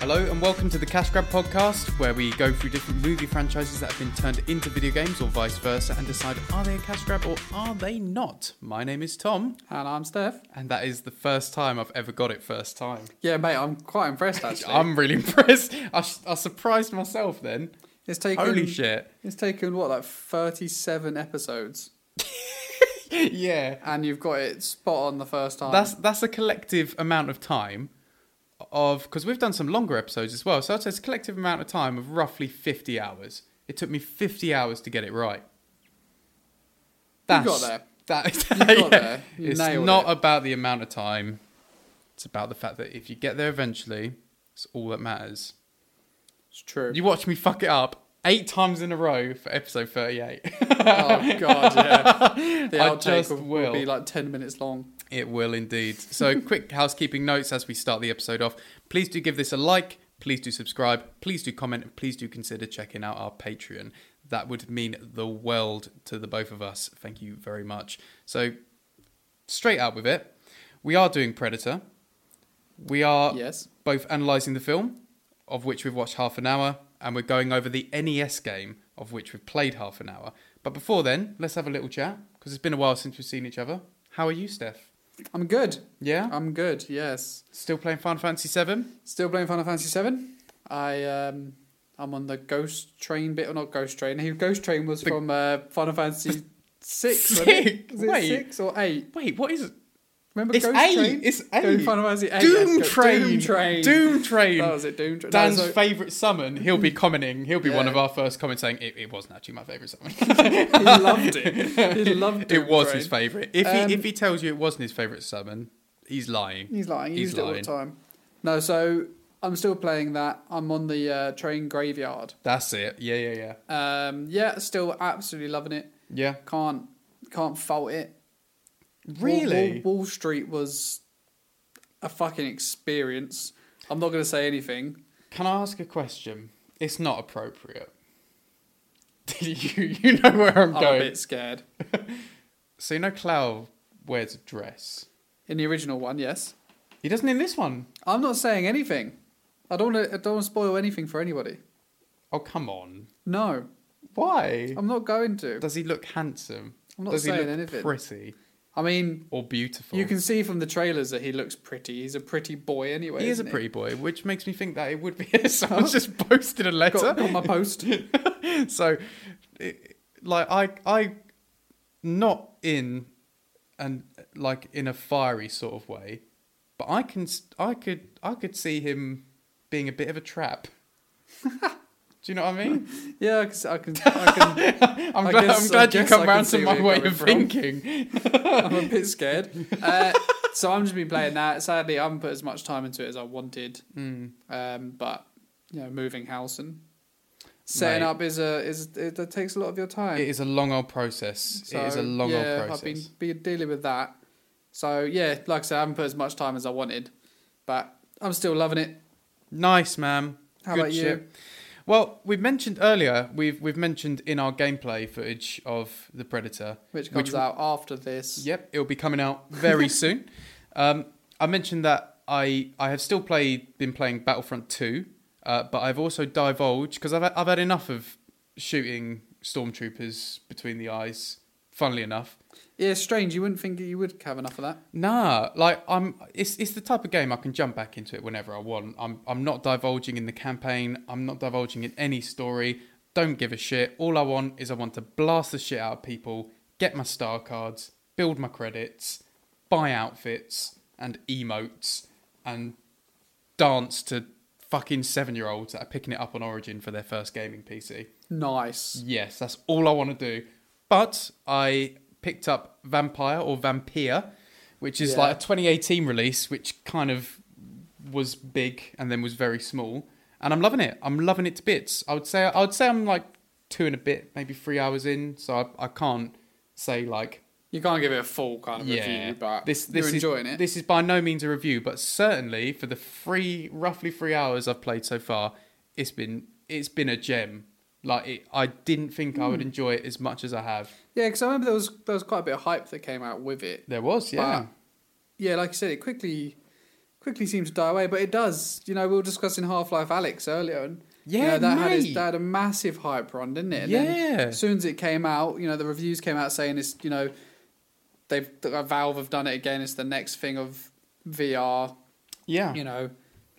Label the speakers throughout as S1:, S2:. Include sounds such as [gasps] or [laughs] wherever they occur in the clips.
S1: Hello and welcome to the Cash Grab podcast, where we go through different movie franchises that have been turned into video games or vice versa and decide are they a cash grab or are they not. My name is Tom,
S2: And I'm Steph.
S1: and that is the first time I've ever got it first time.
S2: Yeah, mate, I'm quite impressed
S1: [laughs]
S2: actually.
S1: I'm really impressed. I, s- I surprised myself then.
S2: it's taken
S1: Holy shit. [laughs]
S2: It's taken what like 37 episodes,
S1: Yeah.
S2: and you've got it spot on the first time.
S1: That's that's a collective amount of time of because we've done some longer episodes as well. So I'd say it's a collective amount of time of roughly fifty hours. It took me fifty hours to get it right.
S2: got there.
S1: [laughs] That,
S2: You got
S1: yeah.
S2: there. You
S1: it's
S2: nailed
S1: not
S2: it.
S1: about the amount of time. It's about the fact that if you get there eventually, it's all that matters.
S2: it's true.
S1: You watch me fuck it up eight times in a row for episode thirty-eight.
S2: [laughs] oh god, yeah. The
S1: [laughs] I
S2: outtake
S1: just
S2: will, will
S1: will.
S2: be like 10 minutes long.
S1: It will indeed. So, quick housekeeping notes as we start the episode off. Please do give this a like. Please do subscribe. Please do comment. And please do consider checking out our Patreon. That would mean the world to the both of us. Thank you very much. So, straight out with it, we are doing Predator. We are
S2: Yes.
S1: both analysing the film, of which we've watched half an hour, and we're going over the NES game, of which we've played half an hour. But before then, let's have a little chat, because it's been a while since we've seen each other. How are you, Steph?
S2: I'm good.
S1: Yeah?
S2: I'm good. Yes.
S1: Still playing Final Fantasy VII?
S2: Still playing Final Fantasy 7. I um I'm on the Ghost Train bit or not Ghost Train. Hey, Ghost Train was
S1: The-
S2: from uh, Final Fantasy
S1: [laughs]
S2: 6, wasn't it?
S1: Six?
S2: Was it
S1: Wait.
S2: 6 or 8?
S1: Wait, what is it?
S2: Remember
S1: It's
S2: Ghost
S1: eight.
S2: Train?
S1: It's
S2: Doom
S1: eight.
S2: Final Fantasy eight.
S1: Doom
S2: yes, Uh, go-
S1: Train.
S2: Doom Train.
S1: Doom Train.
S2: That was it. Doom Train.
S1: Dan's
S2: no, so,
S1: favourite summon. He'll be commenting. He'll be one
S2: Yeah.
S1: of our first comments saying it, it wasn't actually my favourite summon.
S2: he
S1: [laughs]
S2: loved it. [laughs] He loved Doom
S1: it was
S2: Train.
S1: his favourite. If
S2: Um,
S1: he if he tells you it wasn't his favourite summon, he's lying.
S2: He's lying. He
S1: He's
S2: used it all the
S1: lying.
S2: time. No, so I'm still playing that. I'm on the uh, train graveyard.
S1: That's it. Yeah, yeah, yeah.
S2: Um, yeah, still absolutely loving it.
S1: Yeah.
S2: Can't can't fault it. Wall-
S1: Really?
S2: Wall, Wall Street was a fucking experience. I'm not going to say anything.
S1: Can I ask a question? It's not appropriate. [laughs] you you know where I'm
S2: I'm a
S1: going.
S2: bit scared.
S1: So you know Clow wears a dress.
S2: In the original one, yes.
S1: He doesn't in this one.
S2: I'm not saying anything. I don't. Wanna, I don't want to spoil anything for anybody.
S1: Oh come on.
S2: No,
S1: Why?
S2: I'm not going to.
S1: Does he look handsome?
S2: I'm not
S1: Does
S2: saying
S1: he look
S2: anything.
S1: pretty
S2: I mean,
S1: or beautiful?
S2: you can see from the trailers that he looks pretty. He's a pretty boy anyway.
S1: He is a
S2: isn't
S1: pretty boy, which makes me think that it would be. [laughs] Someone's just posted a letter.
S2: Got, got my post.
S1: [laughs] so it, like i i not in and like in a fiery sort of way but i can s- i could i could see him being a bit of a
S2: [laughs]
S1: trap do you know what i mean
S2: Yeah, I can. I can, I can
S1: i'm
S2: I
S1: glad,
S2: guess-
S1: I'm
S2: I
S1: glad you
S2: guess I
S1: come
S2: can
S1: round to
S2: see
S1: my
S2: where
S1: way
S2: you're
S1: of
S2: coming
S1: thinking
S2: I'm a bit scared.
S1: [laughs]
S2: Uh, so I'm just been playing that. Sadly, I haven't put as much time into it as I wanted.
S1: mm.
S2: Um, but you know, moving house and setting
S1: Mate.
S2: up is a is it, that takes a lot of your time.
S1: it is a long old process it is a
S2: So,
S1: long
S2: yeah,
S1: old process
S2: I've been, been dealing with that. So yeah, like I said, I haven't put as much time as I wanted, but I'm still loving it.
S1: nice man
S2: How
S1: Good
S2: about you?
S1: shit. well we've mentioned earlier we've we've mentioned in our gameplay footage of the predator
S2: Which comes
S1: Which-
S2: out after this.
S1: Yep, it'll be coming out
S2: [laughs]
S1: very soon. Um, I mentioned that I I have still played been playing Battlefront Two, uh, but I've also divulged because I've I've had enough of shooting stormtroopers between the eyes. Funnily enough,
S2: Yeah, it's strange. You wouldn't think you would have enough of that.
S1: nah, like I'm it's it's the type of game I can jump back into it whenever I want. I'm I'm not divulging in the campaign. I'm not divulging in any story. Don't give a shit. All I want is I want to blast the shit out of people, get my star cards, build my credits, buy outfits and emotes and dance to fucking seven year olds that are picking it up on Origin for their first gaming PC.
S2: Nice.
S1: Yes, that's all I want to do. But I picked up Vampire or Vampire, which is
S2: Yeah.
S1: like a 2018 release, which kind of was big and then was very small. And I'm loving it. I'm loving it to bits. I would say I would say I'm like two and a bit, maybe three hours in. So I, I can't say like
S2: You can't give it a full kind of review, but
S1: this, this
S2: you're
S1: is,
S2: enjoying it.
S1: This is by no means a review, but certainly for the three, roughly three hours I've played so far, it's been it's been a gem. Like it, I didn't think I would
S2: Hmm.
S1: enjoy it as much as I have.
S2: Yeah, because I remember there was there was quite a bit of hype that came out with it.
S1: There was,
S2: But, yeah, like you said, it quickly quickly seems to die away, but it does. You know, we were discussing Half Life Alex earlier, and you
S1: Yeah,
S2: know, that had its,
S1: mate.
S2: that had a massive hype run, didn't it? And then
S1: Yeah.
S2: as soon as it came out, you know, the reviews came out saying it's you know, they've Valve have done it again. It's the next thing of VR.
S1: Yeah.
S2: You know,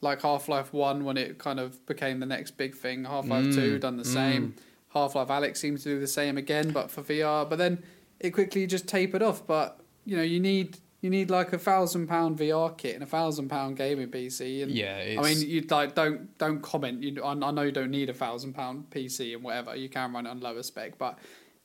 S2: like Half Life One when it kind of became the next big thing. Half Life
S1: Mm,
S2: Two done the
S1: mm.
S2: same. Half Life Alex seems to do the same again, but for VR. But then it quickly just tapered off. But you know, you need you need like a thousand pound VR kit and a thousand pound gaming PC. And
S1: yeah. It's,
S2: I mean, you like don't don't comment. You, I, I know you don't need a thousand pound PC and whatever. You can run it on lower spec, but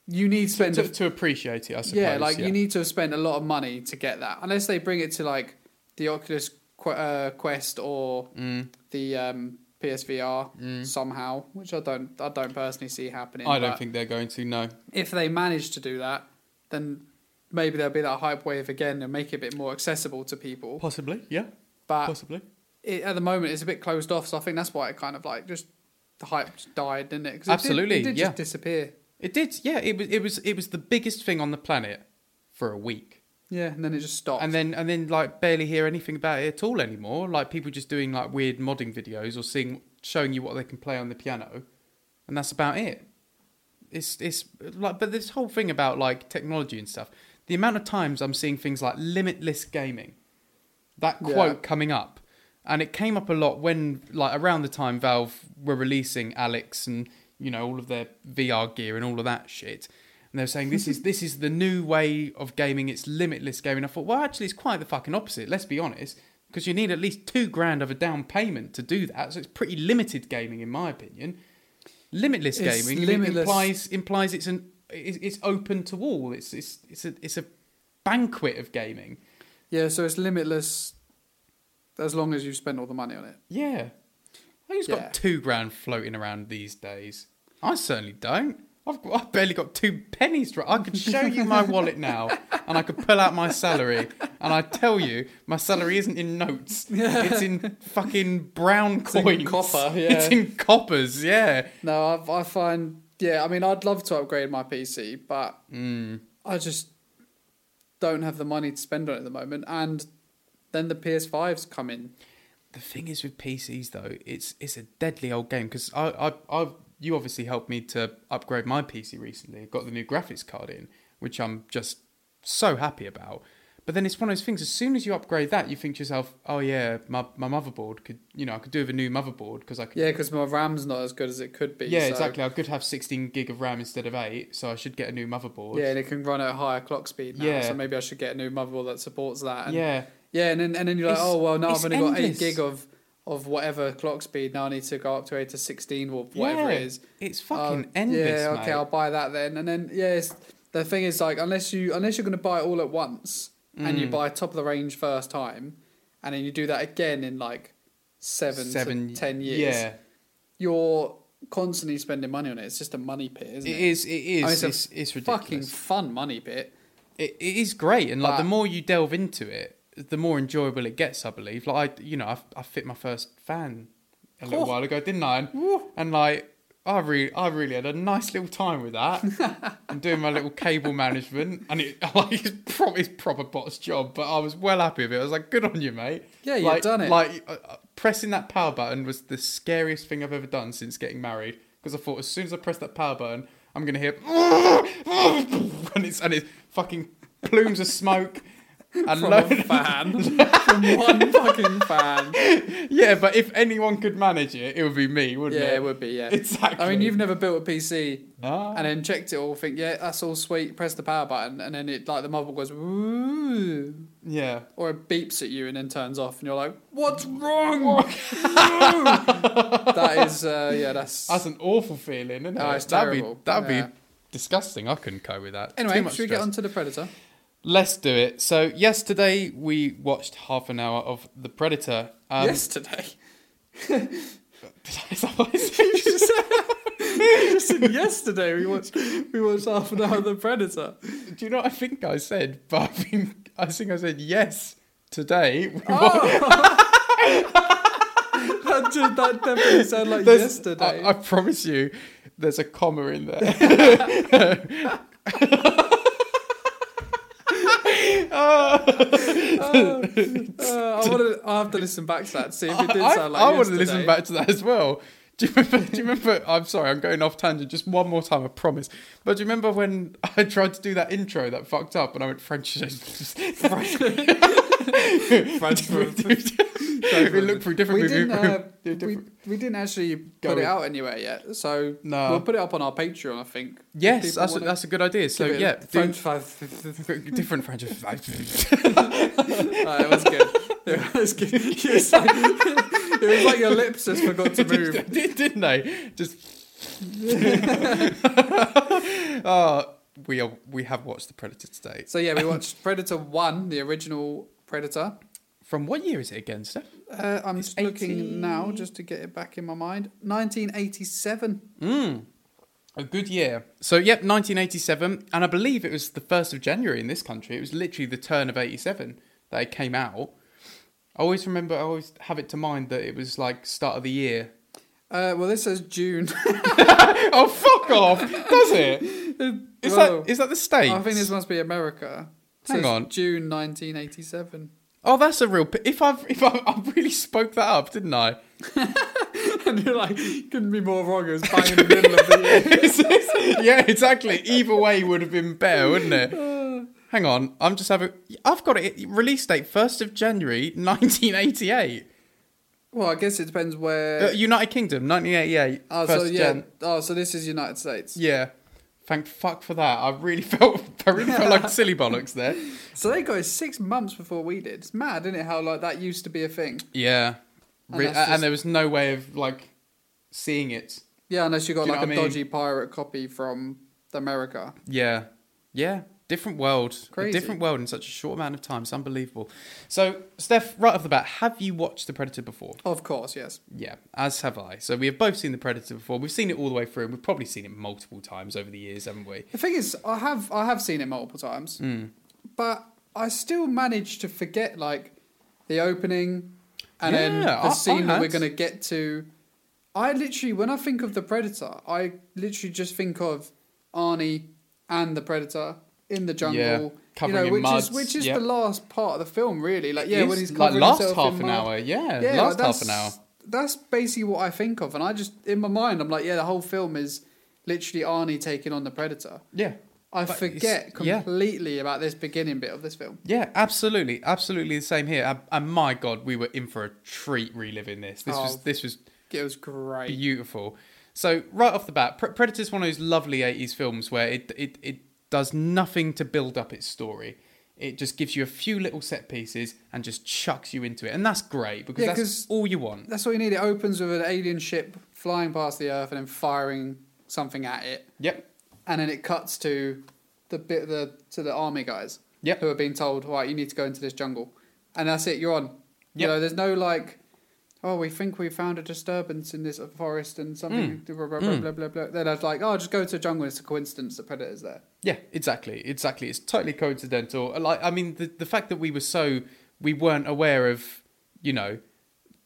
S2: you need to spend
S1: to,
S2: a,
S1: to appreciate it, I suppose.
S2: yeah, like you need to have spent a lot of money to get that. Unless they bring it to like the Oculus Qu- uh, Quest or
S1: Mm.
S2: the um, PSVR
S1: Mm.
S2: somehow, which I don't I don't personally see happening.
S1: I don't
S2: but
S1: think they're going to. No.
S2: if they manage to do that, then maybe there'll be that hype wave again and make it a bit more accessible to people.
S1: Possibly. Yeah.
S2: But
S1: Possibly.
S2: it, at the moment it's a bit closed off, so I think that's why it kind of like just the hype just died, didn't it? 'Cause it did-
S1: Absolutely,
S2: it did
S1: yeah.
S2: just disappear.
S1: It did. Yeah. It was. It was. It was the biggest thing on the planet for a week,
S2: Yeah, and then it just stopped.
S1: and then and then like barely hear anything about it at all anymore. Like people just doing like weird modding videos or seeing showing you what they can play on the piano, and that's about it. It's it's like but this whole thing about like technology and stuff. The amount of times I'm seeing things like limitless gaming, that
S2: Yeah.
S1: quote coming up, and it came up a lot when like around the time Valve were releasing Alex and you know all of their VR gear and all of that shit. And they were saying this
S2: [laughs]
S1: is this is the new way of gaming. It's limitless gaming. I thought, well, actually, it's quite the fucking opposite. Let's be honest, because you need at least two grand of a down payment to do that. So it's pretty limited gaming, in my opinion. Limitless
S2: It's
S1: gaming
S2: limitless.
S1: implies implies it's an it's, it's open to all. It's it's it's a it's a banquet of gaming.
S2: yeah, so it's limitless as long as you've spent all the money on it.
S1: Yeah. Who's
S2: Yeah.
S1: got two grand floating around these days? I certainly don't. I've, got, I've barely got two pennies. dro- I could show you my wallet now and I could pull out my salary. And I tell you, my salary isn't in
S2: [laughs]
S1: notes, it's in fucking brown
S2: in
S1: coins.
S2: copper,
S1: It's
S2: yeah.
S1: in coppers, yeah.
S2: No, I, I find yeah. I mean, I'd love to upgrade my PC, but
S1: Mm.
S2: I just don't have the money to spend on it at the moment. And then the PS5's come in.
S1: The thing is with PCs though, it's it's a deadly old game because I, I I you obviously helped me to upgrade my PC recently. I got the new graphics card in, which I'm just so happy about. But then it's one of those things. As soon as you upgrade that, you think to yourself, "Oh yeah, my, my motherboard could you know I could do with a new motherboard because I could
S2: Yeah, because my RAM's not as good as it could be.
S1: yeah
S2: so-
S1: exactly I could have 16 gig of RAM instead of eight, so I should get a new motherboard.
S2: Yeah, and it can run at a higher clock speed now.
S1: Yeah.
S2: So maybe I should get a new motherboard that supports that. And
S1: yeah,
S2: Yeah, and then and then you're like,
S1: It's-
S2: oh well, now I've
S1: it's
S2: only got eight
S1: endless.
S2: gig of of whatever clock speed. Now I need to go up to eight to sixteen or whatever
S1: Yeah.
S2: it is.
S1: It's fucking
S2: Um,
S1: endless,
S2: Yeah, okay,
S1: mate.
S2: I'll buy that then. And then yeah, it's, the thing is like unless you unless you're going to buy it all at once and you
S1: Mm.
S2: buy top of the range first time, and then you do that again in like seven, to ten years,
S1: Yeah,
S2: you're constantly spending money on it. It's just a money pit,
S1: it
S2: isn't it?
S1: is. It is.
S2: I mean,
S1: it's,
S2: it's a
S1: it's, ridiculous.
S2: Fucking fun money pit.
S1: it, it is great and like the
S2: But-
S1: more you delve into it the more enjoyable it gets i believe like i you know i, I fit my first fan a little
S2: Oh.
S1: while ago didn't i and, and like i really i really had a nice little time with that and doing my little cable management and it [laughs] like it's, pro- it's proper bot's job but i was well happy with it i was like good on you mate
S2: Yeah, you've
S1: like,
S2: done it.
S1: like uh, uh, pressing that power button was the scariest thing i've ever done since getting married because i thought as soon as i press that power button i'm gonna hear [laughs] and it's and it's fucking plumes of
S2: [laughs]
S1: smoke and
S2: From a
S1: load
S2: fan, from one fucking fan.
S1: [laughs] yeah but if anyone could manage it it would be me wouldn't
S2: Yeah,
S1: it
S2: it would be. Yeah,
S1: exactly
S2: I mean, you've never built a PC
S1: Ah.
S2: and then checked it all, think, yeah, that's all sweet, press the power button, and then it, like, the motherboard goes, Ooh,
S1: yeah
S2: or it beeps at you and then turns off, and you're like, what's wrong? [laughs] that is, uh, yeah, that's.
S1: that's an awful feeling isn't
S2: Oh,
S1: it
S2: it's
S1: that'd be
S2: terrible.
S1: that'd
S2: Yeah.
S1: be disgusting i couldn't cope with that
S2: anyway,
S1: Too
S2: should
S1: much
S2: we get
S1: stress.
S2: on to the Predator?
S1: Let's do it. So yesterday we watched half an hour of The Predator. Um, [laughs]
S2: yesterday. [laughs]
S1: is that what I said?
S2: Just said yesterday, we watched, we watched half an hour of The Predator.
S1: [laughs] do you know what I think I said? [laughs] But I think I think I said yes today. We watched-
S2: Oh! that, did, that definitely sounded [laughs] like
S1: there's-
S2: yesterday.
S1: I, I promise you, there's a comma in [laughs]
S2: [laughs]
S1: there. Oh.
S2: Uh, uh, I wanted. I have to listen back to that to see if
S1: I,
S2: it did
S1: I,
S2: sound like
S1: I want to
S2: yesterday.
S1: listen back to that as well. [laughs] Do you, remember, do you remember? I'm sorry, I'm going off tangent just one more time, I promise. But do you remember when [laughs] I tried to do that intro that fucked up and I went French? [laughs] French. [laughs]
S2: French [laughs]
S1: we looked through different
S2: we didn't,
S1: movie- [laughs]
S2: uh,
S1: do
S2: we,
S1: different-
S2: we didn't actually
S1: Go
S2: put it
S1: in.
S2: out anywhere yet, so
S1: No.
S2: we'll put it up on our Patreon, I think. if
S1: Yes,
S2: people
S1: that's a,
S2: wanna
S1: that's a good idea. So
S2: give it a
S1: yeah, do-
S2: French five.
S1: [laughs] different French.
S2: [laughs] Alright, Uh, it
S1: [laughs]
S2: was good. It was good. It was like, [laughs] it was like your lips just forgot
S1: [laughs]
S2: to move.
S1: Did- Didn't they? Just.
S2: [laughs]
S1: [laughs] oh, we are, we have watched the Predator today.
S2: So yeah, we watched Predator One, the original Predator.
S1: From what year is it again, Steph?
S2: Uh, I'm
S1: It's
S2: just looking
S1: 80.
S2: now just to get it back in my mind. 1987.
S1: Mm. A good year. So, yep, 1987. And I believe it was the 1st of January in this country. It was literally the turn of 87 that it came out. I always remember, I always have it to mind that it was like start of the year. [laughs]
S2: Uh, well, this says June. [laughs]
S1: oh, fuck off! Does it? Is,
S2: Whoa.
S1: that, is that the States?
S2: I think this must be America. It
S1: Hang
S2: says
S1: on.
S2: June 1987.
S1: Oh, that's a real. P- if I've if I've, i really spoke that up, didn't I?
S2: [laughs] and you're like, couldn't be more wrong. It was bang in the middle of the year.
S1: It's- it's- yeah, exactly. Either way would have been better, wouldn't it? Hang on, I'm just having. I've got it. Release date first of January, 1988.
S2: Well, I guess it depends where.
S1: Uh, United Kingdom, 1988.
S2: oh,
S1: first
S2: so yeah.
S1: gen.
S2: Oh, so this is United States.
S1: Yeah. Thank fuck for that. I really [laughs] felt I really felt like silly bollocks there.
S2: So they got it six months before we did. It's mad, isn't it? How like that used to be a thing.
S1: Yeah.
S2: And
S1: Re-
S2: that's
S1: and
S2: just-
S1: there was no way of like seeing it.
S2: Yeah, unless you got
S1: Do you
S2: like a
S1: know what I mean?
S2: dodgy pirate copy from America.
S1: Yeah. Yeah. Different world. A
S2: Crazy.
S1: different world in such a short amount of time. It's unbelievable. So, Steph, right off the bat, have you watched The Predator before?
S2: Of course, yes.
S1: Yeah, as have I. So we have both seen The Predator before. We've seen it all the way through. and We've probably seen it multiple times over the years, haven't we?
S2: The thing is, I have I have seen it multiple times,
S1: Mm.
S2: but I still manage to forget like the opening and then
S1: Yeah,
S2: the
S1: I- I
S2: scene that
S1: had.
S2: we're gonna get to. I literally, when I think of the Predator, I literally just think of Arnie and the Predator in the jungle.
S1: Yeah,
S2: you
S1: covering
S2: know,
S1: in
S2: which
S1: muds,
S2: is which is
S1: yeah.
S2: the last part of the film, really. Like,
S1: It
S2: Uh, yeah,
S1: is
S2: when he's
S1: like
S2: covering
S1: last
S2: himself
S1: half
S2: in
S1: an
S2: mud.
S1: hour. Yeah,
S2: Yeah,
S1: last
S2: like,
S1: half
S2: that's-
S1: an hour.
S2: That's basically what I think of, and I just in my mind, I'm like, yeah, the whole film is literally Arnie taking on the Predator.
S1: Yeah, But
S2: I
S1: it's-
S2: forget
S1: yeah.
S2: completely about this beginning bit of this film.
S1: yeah, absolutely, absolutely the same here. And, and my God, we were in for a treat reliving this. This was
S2: Oh.
S1: this was
S2: It was great.
S1: beautiful. So right off the bat, Pre- Predator is one of those lovely '80s films where it it it does nothing to build up its story. It just gives you a few little set pieces and just chucks you into it, and that's great because
S2: Yeah,
S1: that's
S2: 'cause-
S1: all you want.
S2: That's all you need. It opens with an alien ship flying past the Earth and then firing something at it,
S1: Yep,
S2: and then it cuts to the bit the to the army guys
S1: Yep.
S2: who are being told, "Right, you need to go into this jungle," and that's it. You're on. You
S1: Yep.
S2: know, there's no like, "Oh, we think we found a disturbance in this forest and something." Blah blah blah,
S1: Mm.
S2: blah blah blah. Then I was like, "Oh, just go to a jungle. It's a coincidence. The predator's there."
S1: Yeah, exactly, exactly. It's totally coincidental. Like, I mean, the the fact that we were so we weren't aware of, you know,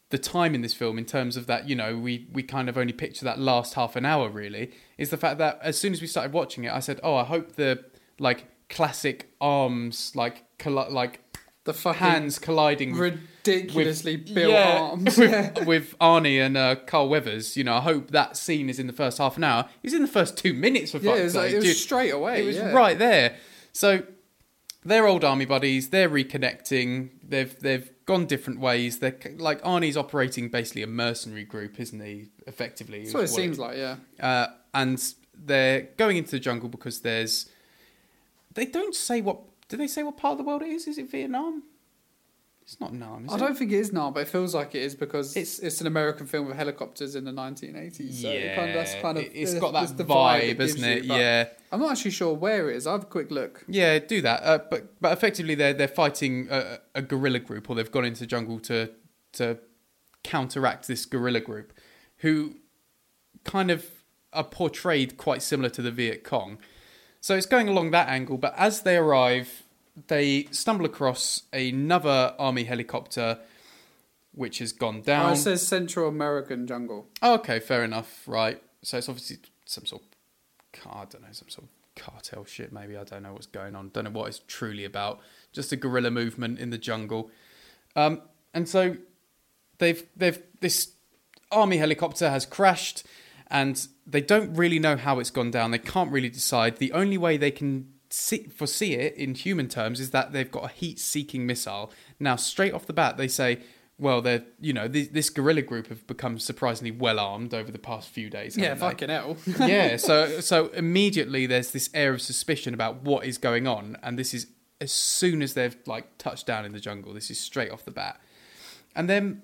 S1: the time in this film in terms of that, you know, we we kind of only picture that last half an hour really is the fact that as soon as we started watching it, I said, oh, I hope the like classic arms like colli- like
S2: The fucking
S1: hands colliding with [laughs]
S2: ridiculously built
S1: yeah, [laughs]
S2: arms.
S1: with, with Arnie and uh, Carl Weathers. You know, I hope that scene is in the first half an hour. It's in the first two minutes for
S2: Yeah,
S1: fuck's
S2: it was, like,
S1: sake,
S2: it was
S1: dude.
S2: straight away.
S1: It was
S2: yeah.
S1: right there. So they're old army buddies. They're reconnecting. They've they've gone different ways. They're c- like Arnie's operating basically a mercenary group, isn't he? Effectively,
S2: That's
S1: is
S2: what it
S1: what
S2: seems like, yeah.
S1: uh, and they're going into the jungle because there's. They don't say what. Do they say what part of the world it is? Is it Vietnam? It's not Nam. Is
S2: I
S1: it?
S2: don't think it is now, but it feels like it is because
S1: It's-
S2: it's it's an American film with helicopters in the 1980s. So it kind of, that's kind of
S1: it- it's
S2: that's-
S1: got
S2: that's
S1: that
S2: the
S1: vibe,
S2: gives
S1: isn't
S2: you,
S1: it?
S2: but
S1: Yeah.
S2: I'm not actually sure where it is. I have a quick look.
S1: Yeah, do that. Uh, but but effectively, they're they're fighting a, a guerrilla group, or they've gone into the jungle to to counteract this guerrilla group, who kind of are portrayed quite similar to the Viet Cong. So it's going along that angle. But as they arrive, they stumble across another army helicopter, which has gone
S2: Oh,
S1: down.
S2: it says Central American jungle.
S1: Okay, fair enough. Right. So it's obviously some sort of, car- I don't know, some sort of cartel shit. Maybe I don't know what's going on. Don't know what it's truly about. Just a guerrilla movement in the jungle. Um, And so they've they've this army helicopter has crashed and they don't really know how it's gone down. They can't really decide. The only way they can see, foresee it in human terms is that they've got a heat-seeking missile. Now, straight off the bat, they say, "Well, they're you know this, this guerrilla group have become surprisingly well armed over the past few days."
S2: Yeah,
S1: haven't they?"
S2: [laughs] fucking hell.
S1: [laughs] yeah, so so immediately there's this air of suspicion about what is going on, and this is as soon as they've like touched down in the jungle. This is straight off the bat, and then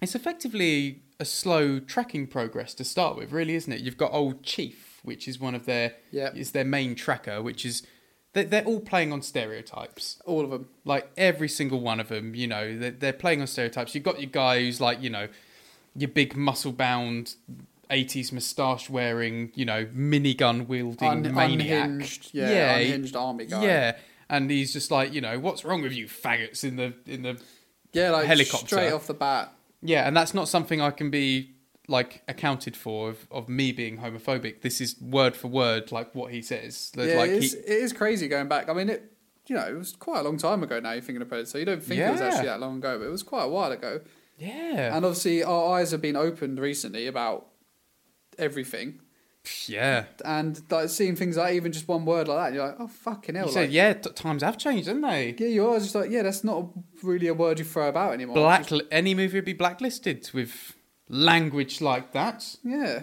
S1: it's effectively a slow tracking progress to start with, really, isn't it? You've got Old Chief, which is one of their
S2: Yep.
S1: is their main tracker, which is they they're all playing on stereotypes
S2: All of them.
S1: like every single one of them you know they're, they're playing on stereotypes you've got your guy who's like you know your big muscle bound 80s moustache wearing you know minigun wielding
S2: Un-
S1: maniac
S2: unhinged, yeah,
S1: he-
S2: unhinged army guy.
S1: yeah and he's just like you know what's wrong with you faggots in the in the
S2: Yeah, like
S1: Helicopter.
S2: straight off the bat.
S1: yeah and that's not something i can be like accounted for of, of me being homophobic this is word for word like what he says There's
S2: yeah,
S1: like
S2: it,
S1: he-
S2: is, it is crazy going back. I mean, it you know it was quite a long time ago now. You're thinking about it, so you don't think it was
S1: Yeah.
S2: actually that long ago, but it was quite a while ago.
S1: yeah
S2: And obviously, our eyes have been opened recently about everything,
S1: yeah
S2: and like seeing things like even just one word like that, you're like, oh fucking hell!
S1: he
S2: Like,
S1: said yeah t- times have changed haven't they
S2: yeah, you are just like, yeah, that's not really a word you throw about anymore.
S1: black any movie would be blacklisted with language like
S2: [laughs]
S1: that
S2: yeah.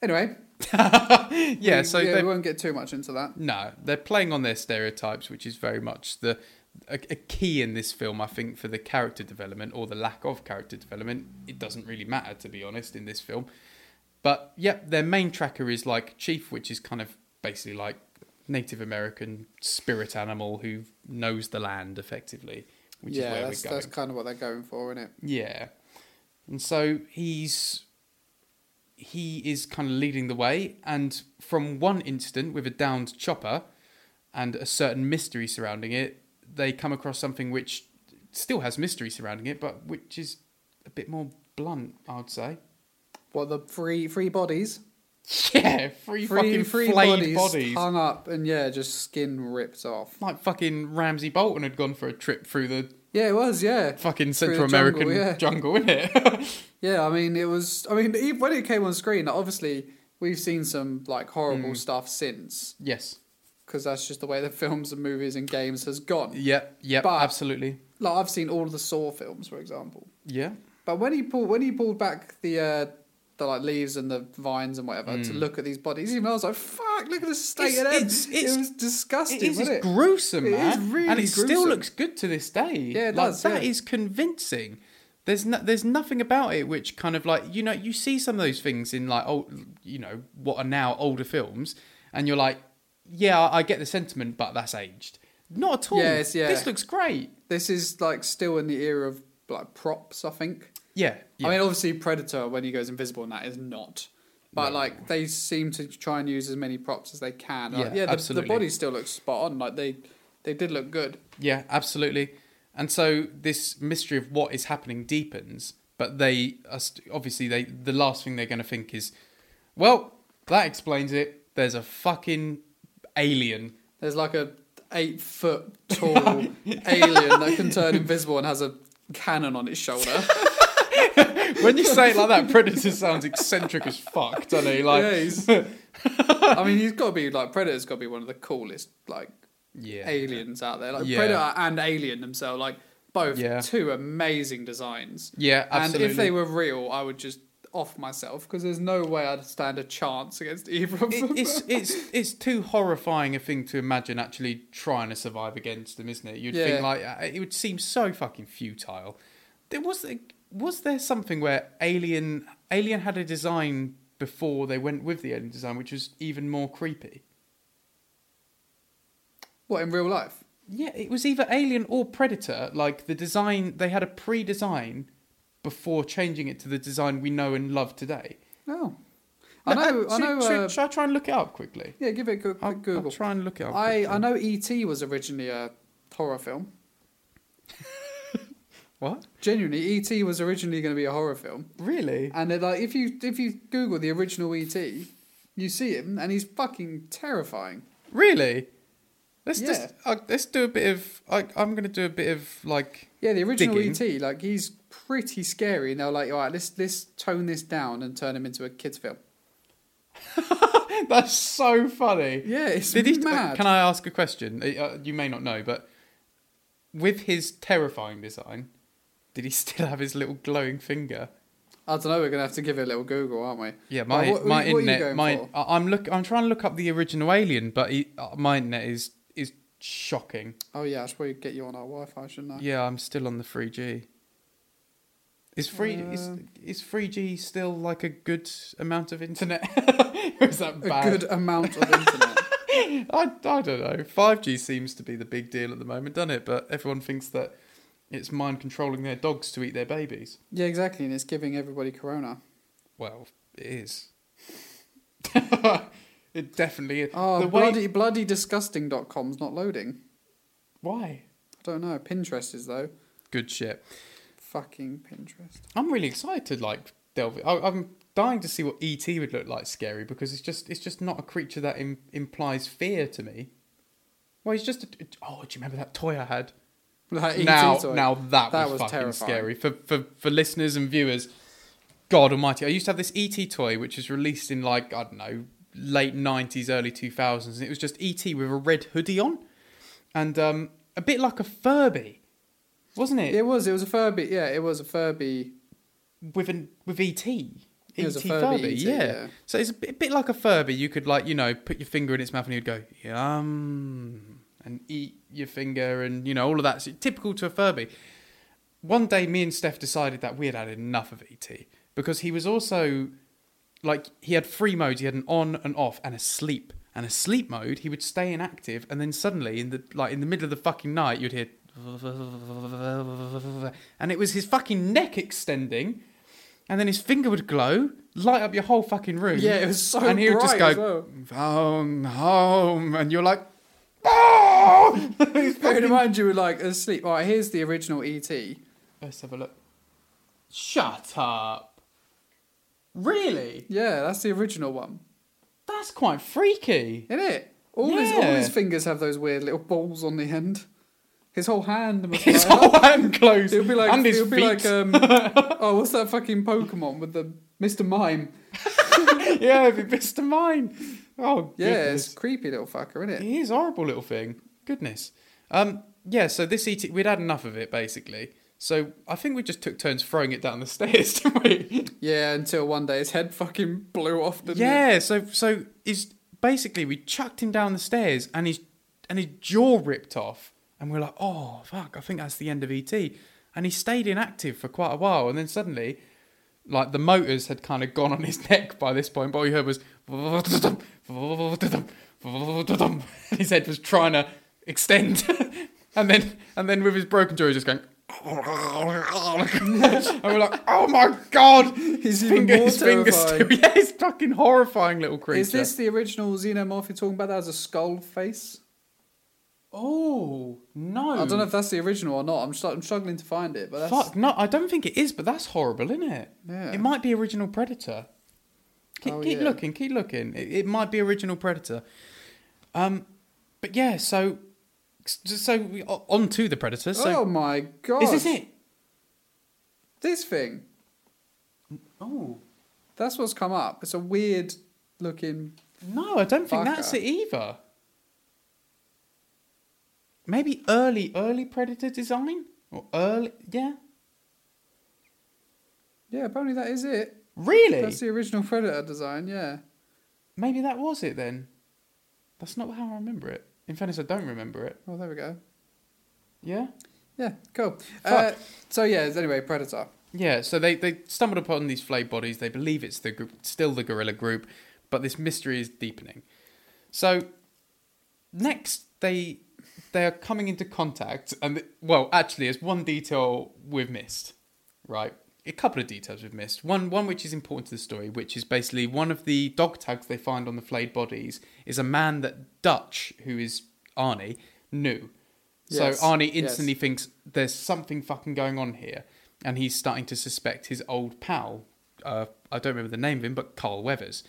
S2: Anyway,
S1: yeah
S2: we,
S1: so
S2: yeah,
S1: they
S2: we won't get too much into that.
S1: no they're playing on their stereotypes which is very much the a, a key in this film i think for the character development or the lack of character development it doesn't really matter to be honest in this film but yep their main tracker is like chief which is kind of basically like native american spirit animal who knows the land effectively which
S2: yeah,
S1: is where
S2: that's,
S1: we're going
S2: that's kind of what they're going for, isn't it?
S1: Yeah. And so he's he is kind of leading the way and from one incident with a downed chopper and a certain mystery surrounding it, they come across something which still has mystery surrounding it, but which is a bit more blunt, I'd
S2: [laughs]
S1: say.
S2: What the free free bodies?
S1: Yeah, free, fucking
S2: free
S1: flayed bodies.
S2: hung up and yeah, just skin ripped off.
S1: Like fucking Ramsey Bolton had gone for a trip through the
S2: Yeah, it was. Yeah,
S1: fucking
S2: Through
S1: Central
S2: the jungle,
S1: American
S2: yeah.
S1: jungle, [laughs]
S2: [laughs]
S1: innit?
S2: yeah. I mean, it was. I mean, even when it came on screen, obviously we've seen some like horrible
S1: Mm.
S2: stuff since
S1: yes.
S2: because that's just the way the [laughs] films and movies and games has gone.
S1: Yep, yep,
S2: But-
S1: absolutely.
S2: Like I've seen all of the Saw films, for example.
S1: Yeah.
S2: But when he pulled when he pulled back the uh, the like leaves and the vines and whatever to look at these bodies, even I was like, "Fuck! Look at the state
S1: Mm. It's-
S2: of them."
S1: it's- it's-
S2: it was disgusting,
S1: It is,
S2: wasn't
S1: it's
S2: it?
S1: gruesome,
S2: It
S1: man.
S2: is really
S1: and it still
S2: gruesome.
S1: looks good to this day.
S2: Yeah, it
S1: like,
S2: does,
S1: That
S2: yeah.
S1: is convincing. There's no, there's nothing about it which kind of like you know you see some of those things in like old you know what are now older films, and you're like, yeah, I I get the sentiment, but that's aged. Not at all.
S2: Yes, yeah.
S1: This looks great.
S2: This is like still in the era of like props, I think.
S1: Yeah, yeah.
S2: I mean, obviously, Predator when he goes invisible and that is not. But
S1: No.
S2: like they seem to try and use as many props as they can. Like,
S1: Yeah,
S2: yeah, the,
S1: absolutely.
S2: the body still looks spot on. Like they, they did look good.
S1: Yeah, absolutely. And so this mystery of what is happening deepens, but they are st- obviously they the last thing they're going to think is, well, that explains it. There's a fucking alien. [laughs]
S2: There's like a eight foot tall alien that can turn invisible and has a cannon on its shoulder.
S1: When you say it like that, Predator sounds eccentric as fuck, doesn't he? [laughs] Like,
S2: yeah, he's, I mean, he's got to be like Predator's got to be one of the coolest like
S1: yeah,
S2: aliens out there. Like
S1: Yeah.
S2: Predator and Alien themselves, like both
S1: Yeah.
S2: two amazing designs.
S1: yeah, absolutely.
S2: And if they were real, I would just off myself because there's no way I'd stand a chance against either of [laughs] them.
S1: It- it's it's it's too horrifying a thing to imagine actually trying to survive against them, isn't it? You'd
S2: Yeah.
S1: think like uh, it would seem so fucking futile. There was was there something where Alien Alien had a design before they went with the Alien design, which was even more creepy.
S2: what in real life?
S1: Yeah, it was either Alien or Predator. Like the design, they had a pre-design before changing it to the design we know and love today.
S2: No, I know. I
S1: should,
S2: know.
S1: should-
S2: Uh,
S1: should I try and look it up quickly?
S2: yeah, give it a go-
S1: I'll,
S2: quick
S1: I'll
S2: Google.
S1: try and look it up.
S2: I
S1: quickly.
S2: I know E.T. was originally a horror film.
S1: what
S2: Genuinely, E.T. was originally going to be a horror film,
S1: really.
S2: and they're like if you if you Google the E original E.T., you see him, and he's fucking terrifying.
S1: Really? Let's
S2: Yeah.
S1: just uh, let's do a bit of. I, I'm going to do a bit of like.
S2: Yeah, the original
S1: Digging.
S2: ET, like he's pretty scary, and they're like, all right, let's let's tone this down and turn him into a kids film.
S1: [laughs] That's so funny.
S2: Yeah, it's
S1: Did he, uh,
S2: mad.
S1: Can I ask a question? Uh, you may not know, but with his terrifying design, did he [laughs] still have his little glowing finger?
S2: I don't know. We're gonna have to give it a little Google, aren't we?
S1: Yeah, my
S2: Well, what-
S1: my
S2: what are you
S1: internet.
S2: going
S1: My
S2: for?
S1: I- I'm look. I'm trying to look up the original Alien, but he, uh, my internet is is shocking.
S2: Oh yeah, I should probably get you on our Wi-Fi, shouldn't I?
S1: Yeah, I'm still on the 3G. Is free is
S2: Uh,
S1: is 3G still like a good amount of internet? [laughs] or is that bad? [laughs]
S2: a good amount of internet.
S1: I, I don't know. 5G seems to be the big deal at the moment, doesn't it? But everyone thinks that it's mind controlling their dogs to eat their babies.
S2: yeah, exactly, and it's giving everybody corona.
S1: Well, it is. [laughs] it definitely is.
S2: Oh,
S1: The way-
S2: bloody bloody disgusting.com's not loading.
S1: Why?
S2: I don't know. Pinterest is though.
S1: Good shit.
S2: Fucking Pinterest. [laughs]
S1: I'm really excited to like delve. I, I'm dying to see what ET would look like scary because it's just it's just not a creature that Im- implies fear to me. Well, he's just a, oh, do you remember that toy I had?
S2: Like ET
S1: now,
S2: E toy.
S1: now that,
S2: That
S1: was,
S2: was
S1: fucking
S2: terrifying.
S1: scary for, for for listeners and viewers. God Almighty! I used to have this ET toy which was released in like I don't know late '90s, early 2000s, and it was just ET with a red hoodie on, and um, a bit like a Furby, wasn't it?
S2: It was. It was a Furby. Yeah, it was a Furby.
S1: with an with E ET.
S2: It was a
S1: E.T.
S2: Furby E.T.,
S1: yeah.
S2: yeah.
S1: So it's a bit, bit like a Furby. You could like you know put your finger in its mouth and you'd go yum and eat your finger and you know all of that. So typical to a Furby. One day, me and Steph decided that we had had enough of ET because he was also like he had three modes. He had an on and off and a sleep. And a sleep mode, he would stay inactive, and then suddenly in the like in the middle of the fucking night, you'd hear, [laughs] and it was his fucking neck extending, and then his finger would glow, light up your whole fucking room.
S2: Yeah, it was so
S1: And he would just
S2: bright
S1: go,
S2: as well.
S1: home, home, and you're like, [laughs] oh!
S2: Bearing in mind you were like asleep. All right, here's the original E ET.
S1: Let's have a look. Shut up. Really?
S2: Yeah, that's the original one,
S1: That's quite
S2: [laughs]
S1: freaky.
S2: isn't it? All his all his
S1: Yeah.
S2: fingers have those weird little balls on the end. His whole hand must
S1: His
S2: light up.
S1: whole hand closed.
S2: [laughs] It'll be like
S1: and his
S2: it'll be
S1: feet.
S2: like um oh what's that fucking Pokemon with the Mr Mime?
S1: [laughs] yeah, it'd be Mr. Mine. Oh,
S2: Yeah,
S1: goodness.
S2: it's creepy little fucker, isn't it?
S1: He is a horrible little thing. Goodness. Um, yeah, so this ET, we'd had enough of it, basically. So I think we just took turns throwing it down the [laughs] stairs, didn't we?
S2: Yeah, until one day his head fucking blew off. Didn't It?
S1: yeah, so so is basically we chucked him down the stairs and his and his jaw ripped off and we're like, oh fuck, I think that's the end of ET. And he stayed inactive for quite a while and then suddenly, like the motors had kind of gone on his [laughs] neck by this point. But all you heard was [laughs] his head was trying to extend, [laughs] and then and then with his broken jaw, he was just going. [laughs] and we're like, oh my god,
S2: He's even more
S1: still, [laughs]
S2: terrifying.
S1: yeah, he's fucking horrifying little creature.
S2: Is this the original xenomorph you're talking about that has a skull face?
S1: Oh no!
S2: I don't know if that's the original or not. I'm, stru- I'm struggling to find it, but that's
S1: Fuck no! I don't think it is, but that's horrible, isn't it?
S2: Yeah.
S1: It might be original Predator. Keep,
S2: Oh,
S1: keep
S2: yeah.
S1: looking, keep looking. It, it might be original Predator. Um, but yeah, so so we, o- on to the Predator.
S2: oh
S1: So
S2: my god!
S1: is this it?
S2: This thing.
S1: Oh
S2: That's what's come up. It's a weird looking.
S1: no, I don't think that's it
S2: Fucker.
S1: either. Maybe early, early Predator design or early, yeah.
S2: Yeah, apparently that is it.
S1: Really?
S2: That's the original Predator design. Yeah.
S1: Maybe that was it then. That's not how I remember it. In fairness, I don't remember it.
S2: Oh, there we go.
S1: Yeah.
S2: Yeah, cool. Uh, so yeah, anyway, Predator.
S1: Yeah, so they, they stumbled upon these flayed bodies. They believe it's the group, still the gorilla group, but this mystery is deepening. So next, they they are coming into contact, and well, actually, there's one detail we've missed, right? A couple of details we've missed. One one which is important to the story, which is basically one of the dog tags they find on the flayed bodies is a man that Dutch, who is Arnie, knew.
S2: Yes,
S1: So Arnie
S2: yes.
S1: instantly thinks there's something fucking going on here, and he's starting to suspect his old pal. Uh, I don't remember the name of him, but Carl Weathers.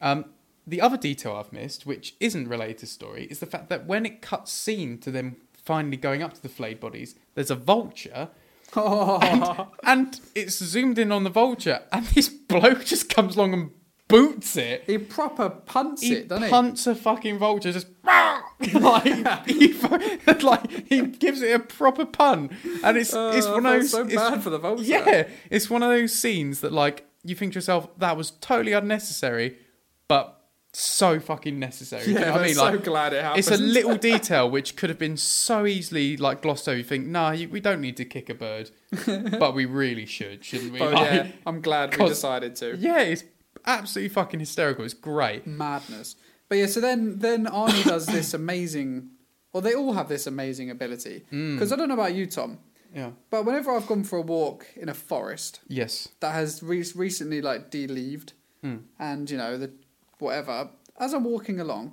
S1: Um, the other detail I've missed, which isn't related to story, is the fact that when it cuts scene to them finally going up to the flayed bodies, there's a vulture,
S2: Oh,
S1: and it's zoomed in on the vulture, and this bloke just comes along and boots it.
S2: he proper punts
S1: He
S2: it, doesn't
S1: punts a fucking vulture, just [laughs] like he, fu- [laughs] like he gives it a proper pun, and it's
S2: he? Uh,
S1: it's
S2: I
S1: one of
S2: felt
S1: those
S2: so
S1: it's-
S2: bad for the vulture.
S1: yeah, it's one of those scenes that like you think to yourself that was totally unnecessary, but so fucking necessary. Do you know
S2: yeah.
S1: what
S2: I'm
S1: I mean,
S2: so
S1: like
S2: glad it happened.
S1: it's a little detail which could have been so easily like glossed over. You think, nah, you- we don't need to kick a bird, but we really should, shouldn't we?
S2: [laughs] [laughs] Oh
S1: Like,
S2: yeah, I'm glad we
S1: Cos-
S2: decided to.
S1: yeah, it's absolutely fucking hysterical. It's great.
S2: Mm. madness. But yeah, so then then Arnie does this amazing, or they all have this amazing ability.
S1: Hmm.
S2: Because I don't know about you, Tom,
S1: Yeah.
S2: but whenever I've gone for a walk in a forest
S1: Yes.
S2: that has re- recently like de-leaved,
S1: Mm.
S2: and you know the whatever, as I'm walking along,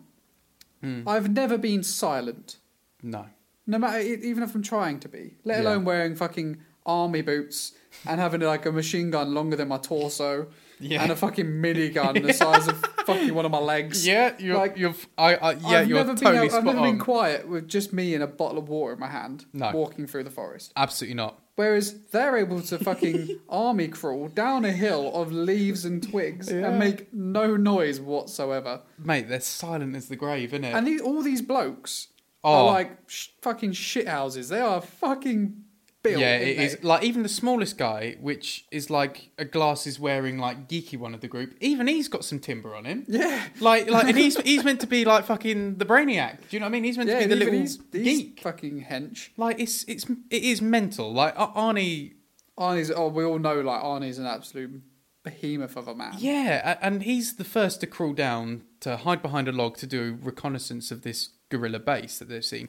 S1: Hmm.
S2: I've never been silent.
S1: No.
S2: No matter, e- even if I'm trying to be, let
S1: Yeah.
S2: alone wearing fucking army boots and having like a machine gun longer than my torso
S1: Yeah.
S2: and a fucking minigun
S1: [laughs]
S2: the size of fucking one of my legs.
S1: Yeah, you're.
S2: Like,
S1: you're I, I, yeah,
S2: I've
S1: you're
S2: never
S1: totally
S2: been, out-
S1: spot
S2: I've never
S1: on.
S2: been quiet with just me and a bottle of water in my hand,
S1: No.
S2: walking through the forest.
S1: Absolutely not.
S2: Whereas they're able to
S1: [laughs]
S2: fucking army crawl down a hill of leaves and twigs
S1: Yeah.
S2: and make no noise whatsoever.
S1: Mate, they're silent as the grave, innit?
S2: And these, all these blokes
S1: Oh.
S2: are like sh- fucking shit houses. They are fucking built.
S1: Yeah,
S2: aren't
S1: it
S2: they?
S1: is. Like even the smallest guy, which is like a glasses wearing like geeky one of the group, even he's got some timber on him.
S2: Yeah.
S1: Like like and
S2: [laughs]
S1: he's he's meant to be like fucking the brainiac. Do you know what I mean? He's meant
S2: Yeah,
S1: to be
S2: and
S1: the
S2: even
S1: little
S2: these, these
S1: geek.
S2: fucking hench.
S1: like it's it's it is mental. Like Ar- Arnie,
S2: Arnie's, oh, we all know, like, Arnie's an absolute behemoth of a man.
S1: yeah, a- and he's the first to crawl down to hide behind a log to do a reconnaissance of this guerrilla base that they've seen.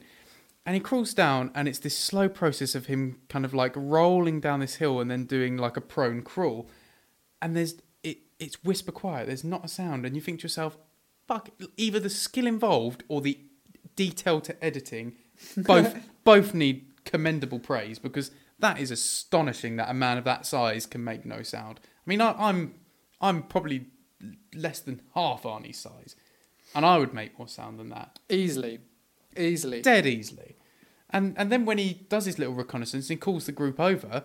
S1: And he crawls down, and it's this slow process of him kind of like rolling down this hill and then doing like a prone crawl. And there's it, it's whisper quiet. There's not a sound, and you think to yourself, "Fuck!" Either the skill involved or the detail to editing, both [laughs] both need commendable praise because that is astonishing that a man of that size can make no sound. I mean, I, I'm I'm probably less than half Arnie's size, and I would make more sound than that
S2: Easily. Easily.
S1: dead easily. And and then when he does his little reconnaissance and calls the group over,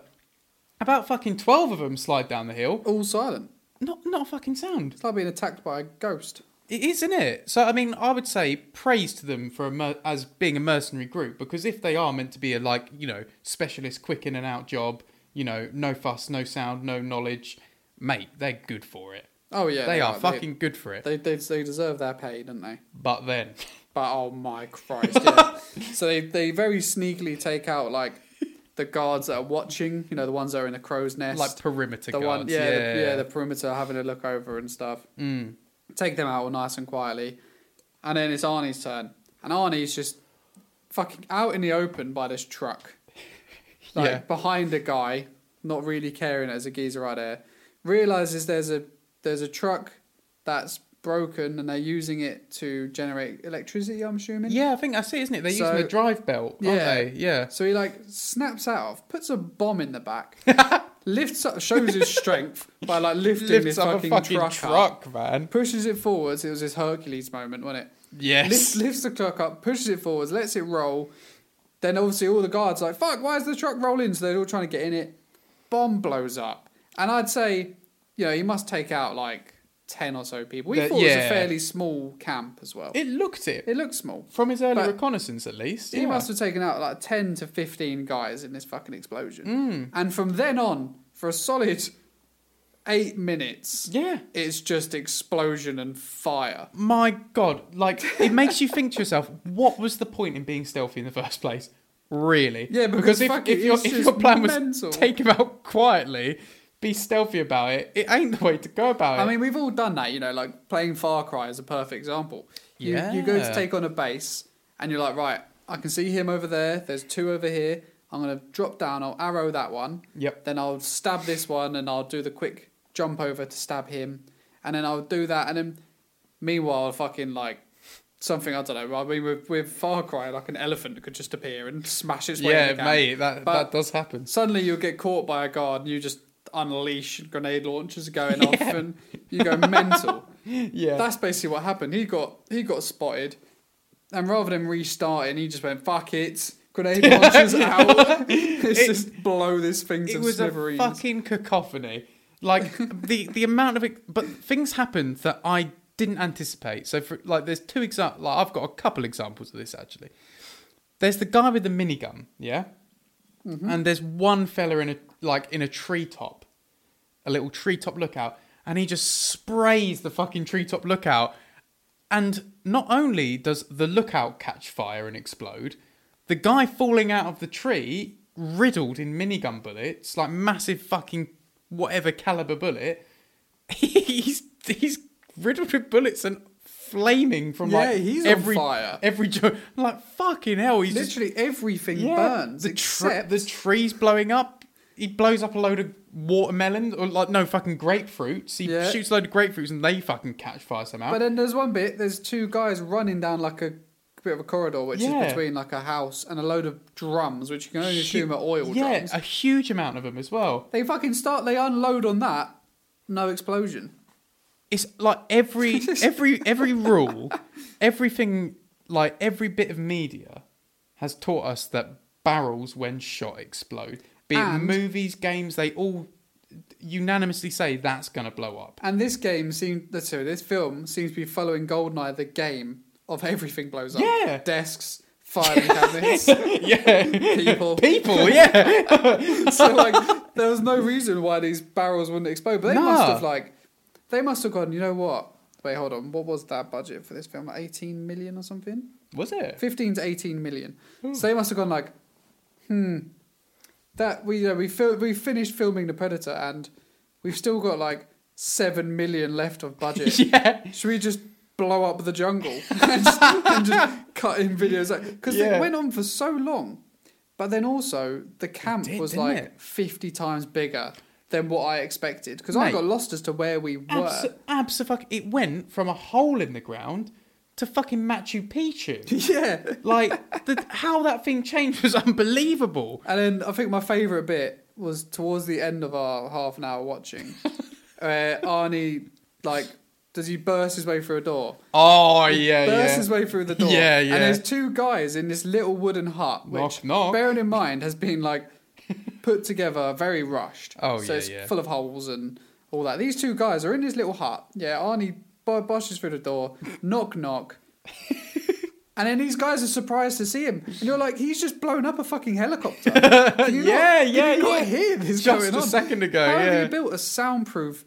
S1: about fucking twelve of them slide down the hill.
S2: all silent.
S1: Not not a fucking sound.
S2: It's like being attacked by a ghost.
S1: It is, isn't it? So I mean, I would say praise to them for a mer- as being a mercenary group because if they are meant to be a like you know specialist, quick in and out job, you know, no fuss, no sound, no knowledge, mate, they're good for it.
S2: Oh yeah,
S1: they are
S2: They-
S1: fucking good for it.
S2: They, they they deserve their pay, don't they?
S1: but then,
S2: But oh my
S1: [laughs]
S2: Christ! Yeah. so they they very sneakily take out like the guards that are watching. You know, the ones that are in the crow's nest,
S1: like perimeter
S2: the
S1: guards,
S2: one,
S1: yeah,
S2: yeah, The, yeah, the perimeter having a look over and stuff.
S1: Mm.
S2: Take them out all nice and quietly, and then it's Arnie's turn, and Arnie's just fucking out in the open by this truck. like
S1: Yeah.
S2: behind a guy, not really caring as a geezer right there, realizes there's a there's a truck that's broken and they're using it to generate electricity. I'm assuming.
S1: yeah. I think I see, isn't it? They're
S2: So-
S1: using a drive belt, aren't
S2: Yeah.
S1: they? Yeah.
S2: So he like snaps out, of, puts a bomb in the [laughs] back, lifts up, shows his strength by like lifting this fucking, truck, up,
S1: man.
S2: pushes it forwards. It was his Hercules moment, wasn't it? Lifts, lifts the truck up, pushes it forwards, lets it roll. Then obviously all the guards are like, fuck, why is the truck rolling? So they're all trying to get in it. Bomb blows up. And I'd say, you know, he must take out like 10 or so people. We
S1: The-
S2: thought it was
S1: yeah.
S2: a fairly small camp as well.
S1: It
S2: It,
S1: looked it
S2: looked small.
S1: from his early
S2: But-
S1: reconnaissance, at least.
S2: He
S1: yeah.
S2: must have taken out like 10 to 15 guys in this fucking
S1: Hmm.
S2: explosion. And from then on, for a solid eight minutes,
S1: Yeah.
S2: it's just explosion and fire.
S1: My God, like it makes you think to yourself, what was the point in being stealthy in the first place? Really?
S2: Yeah,
S1: because,
S2: because fuck
S1: if,
S2: it,
S1: if, your,
S2: it's
S1: if your
S2: just
S1: plan was
S2: mental.
S1: take him out quietly, be stealthy about it. It ain't the way to go about it.
S2: I mean, we've all done that, you know, like playing Far Cry is a perfect example. You, you go
S1: Yeah.
S2: to take on a base, and you're like, right, I can see him over there. There's two over here. I'm going to drop down. I'll arrow that one.
S1: Yep.
S2: Then I'll stab this one, and I'll do the quick jump over to stab him. And then I'll do that. And then, meanwhile, fucking like something, I don't know. I mean, with, with Far Cry, like an elephant could just appear and smash its way in
S1: yeah,
S2: the camp.
S1: mate, that
S2: But-
S1: that does
S2: [gasps]
S1: happen.
S2: Suddenly you'll get caught
S1: [laughs]
S2: by a guard and you just unleash grenade launchers going off and you go mental.
S1: yeah.
S2: That's basically what happened. He got he got spotted, and rather than restarting, he just went fuck it.
S1: [laughs]
S2: Grenade launchers out. [laughs] Let's
S1: It-
S2: just blow this thing to
S1: it was a
S2: smithereens.
S1: fucking cacophony.
S2: [laughs]
S1: Like the the amount of it, but things happened that I didn't anticipate. So for like, there's two examples. Like I've got a couple examples of this actually. There's the guy with the minigun, yeah,
S2: Mm-hmm.
S1: and there's one fella in a like in a treetop, a little treetop lookout, and he just sprays the fucking treetop lookout. And not only does the lookout catch fire and explode, the guy falling out of the tree, riddled in minigun bullets, like massive fucking whatever caliber bullet, [laughs] he's he's riddled with bullets and flaming from like
S2: Yeah, he's on
S1: every
S2: fire.
S1: every jo- like fucking hell, he's just
S2: Literally everything
S1: yeah,
S2: burns
S1: The, tr-
S2: except
S1: the tree's blowing up. He blows up a load of watermelons or like no fucking grapefruits. He
S2: Yeah.
S1: shoots a load of grapefruits and they fucking catch fire somehow.
S2: But then there's one bit. There's two guys running down like a bit of a corridor, which
S1: Yeah.
S2: is between like a house and a load of drums, which you can only
S1: Hu-
S2: assume are oil
S1: yeah,
S2: drums.
S1: a huge amount of them as well.
S2: They fucking start. They unload on that. No explosion.
S1: It's like
S2: [laughs]
S1: every every every rule, everything like every bit of media has taught us that barrels when shot explode. Be it
S2: And-
S1: movies, games, they all unanimously say that's gonna blow up. [laughs]
S2: And this game seemed. Sorry, this film seems to be following Goldeneye, the game of everything blows up.
S1: Yeah.
S2: Desks, filing
S1: [laughs]
S2: cabinets,
S1: yeah,
S2: people.
S1: people, yeah.
S2: [laughs] so like, there was no reason why these barrels wouldn't explode. But they must
S1: Nah.
S2: have like, they must have gone. You know what? Wait, hold on. What was that budget for this film? Like 18 million or something?
S1: Was it?
S2: 15 to 18 million. So they must have gone like, hmm, that we you know, we fil- we finished filming the Predator and we've still got like seven million left of budget.
S1: [laughs] yeah.
S2: Should we just blow up the jungle [laughs] and just, and just cut in videos? Because
S1: Yeah.
S2: it went on for so long. But then also, the camp
S1: did,
S2: was
S1: didn't
S2: like
S1: it?
S2: 50 times bigger than what I expected. Because
S1: Mate.
S2: I got lost as to where we were.
S1: Abso- abso- it went from a hole in the ground to fucking Machu [laughs] Picchu.
S2: [laughs] yeah.
S1: like the, how that thing changed was unbelievable.
S2: And then I think my favourite bit was towards the end of our half an hour watching, where Arnie like does he burst his way through a door?
S1: Oh yeah,
S2: bursts
S1: yeah.
S2: his way through the door.
S1: Yeah, yeah.
S2: And there's two guys in this little wooden hut,
S1: Knock,
S2: which,
S1: knock.
S2: bearing in mind, has been like put together very rushed.
S1: Oh,
S2: so
S1: yeah,
S2: it's
S1: yeah.
S2: full of holes and all that. These two guys are in this little hut. Yeah, Arnie bo- boshes through the door,
S1: [laughs]
S2: knock, knock. And then these guys are surprised to see him, and you're like, "He's just blown up a fucking
S1: [laughs]
S2: helicopter." Can you
S1: Yeah,
S2: not,
S1: yeah,
S2: can you
S1: yeah.
S2: Not hear this
S1: Just
S2: going
S1: a
S2: on?
S1: second ago,
S2: How have
S1: yeah.
S2: you built a soundproof,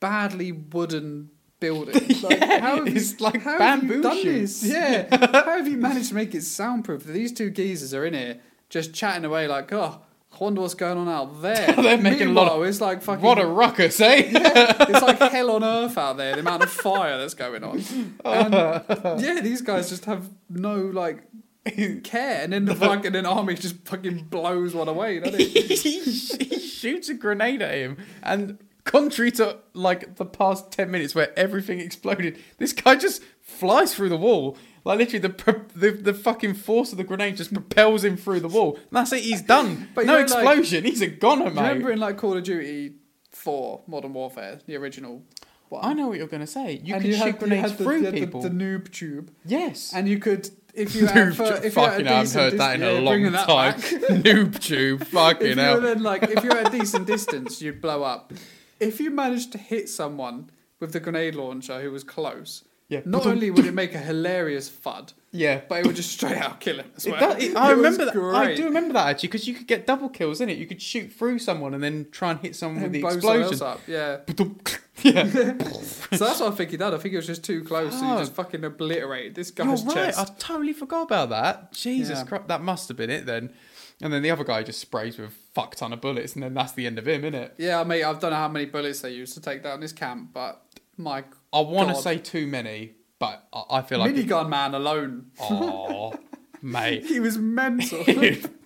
S2: badly wooden
S1: [laughs]
S2: building? Like, how have
S1: it's like
S2: how
S1: bamboo
S2: have you done
S1: shoots.
S2: this? Yeah.
S1: [laughs]
S2: how have you managed to make it soundproof? These two geezers are in here just chatting away like, oh, I wonder what's going on out there.
S1: [laughs] They're making a lot of-
S2: Meanwhile, it's like fucking
S1: What a ruckus, [laughs] eh?
S2: it's like hell on earth out there, the amount of fire that's going
S1: [laughs]
S2: on. And, yeah, these guys just have no like
S1: [laughs]
S2: care and then the fucking then army just fucking blows one away, doesn't it?
S1: [laughs] he, sh- he shoots a grenade at him, and contrary to like the past ten minutes where everything exploded, this guy just flies through the wall. Like literally, the pro- the, the fucking force of the grenade just propels him through the wall. And that's it. He's done.
S2: [laughs] But you
S1: no
S2: know, like-
S1: explosion. he's a goner,
S2: Do you remember
S1: mate.
S2: in like Call of Duty 4 Modern Warfare, the original one?
S1: I know what you're gonna say. You
S2: And
S1: can shoot
S2: had-
S1: grenades
S2: had the-
S1: through
S2: you had the-
S1: people.
S2: The, noob tube.
S1: yes.
S2: And you could, if you had,
S1: [laughs] Noob
S2: fir-
S1: tube.
S2: if you had
S1: fucking,
S2: a
S1: hell, I haven't
S2: decent
S1: heard that in
S2: dis-
S1: a
S2: yeah,
S1: long
S2: bringing that
S1: time.
S2: back.
S1: [laughs] Noob tube. Fucking
S2: if you were
S1: hell.
S2: then like if you're at
S1: [laughs]
S2: a decent distance, you'd blow up. If you managed to hit someone with the grenade launcher who was close,
S1: Yeah.
S2: not only would it make a hilarious fud,
S1: Yeah.
S2: but it would just straight out kill him as
S1: It
S2: well.
S1: does, it, I
S2: It was
S1: remember that. I
S2: great.
S1: do remember that actually because you could get double kills in it. You could shoot through someone and then try and hit someone
S2: And
S1: with the
S2: blow someone else
S1: explosion.
S2: up,
S1: [laughs]
S2: yeah.
S1: yeah,
S2: So that's what I think he did. I think it was just too close, and he just fucking obliterated this
S1: you're
S2: [laughs] guy's
S1: right.
S2: chest.
S1: I totally forgot about that. Jesus
S2: Yeah.
S1: Christ, that must have been it then. And then the other guy just sprays with a fuck ton of bullets, and then that's the end of him, innit?
S2: Yeah, I mean, I don't know how many bullets they used to take down this camp, but my
S1: I want to
S2: God.
S1: say too many, but I, I feel like.
S2: [laughs] minigun man alone, [laughs]
S1: Oh, mate. [laughs]
S2: he was mental.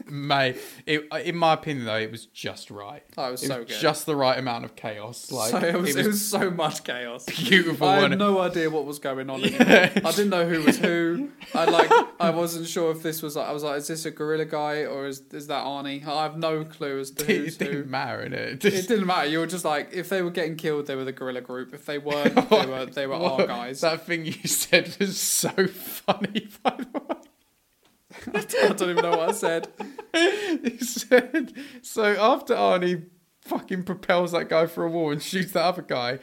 S1: May. It, in my opinion, though, it was just right.
S2: Oh, it was
S1: It
S2: so
S1: was
S2: good.
S1: Just the right amount of chaos. Like
S2: so it, was, it, was, so much chaos.
S1: beautiful.
S2: I had
S1: wasn't it?
S2: no idea what was going on. anymore. I didn't know who
S1: [laughs]
S2: was who. I like I wasn't sure if this was like I was like, is this a gorilla guy or is is that Arnie? I have no clue as to who's
S1: it
S2: who.
S1: didn't matter in it.
S2: It didn't matter. You were just like, if they were getting killed, they were the guerrilla group. If they weren't, they
S1: [laughs]
S2: were they were our
S1: What-
S2: guys. [laughs]
S1: That thing you said was so funny, [laughs] by the way.
S2: I don't even know what I said.
S1: He said, so after Arnie fucking propels that guy for a wall and shoots that other guy,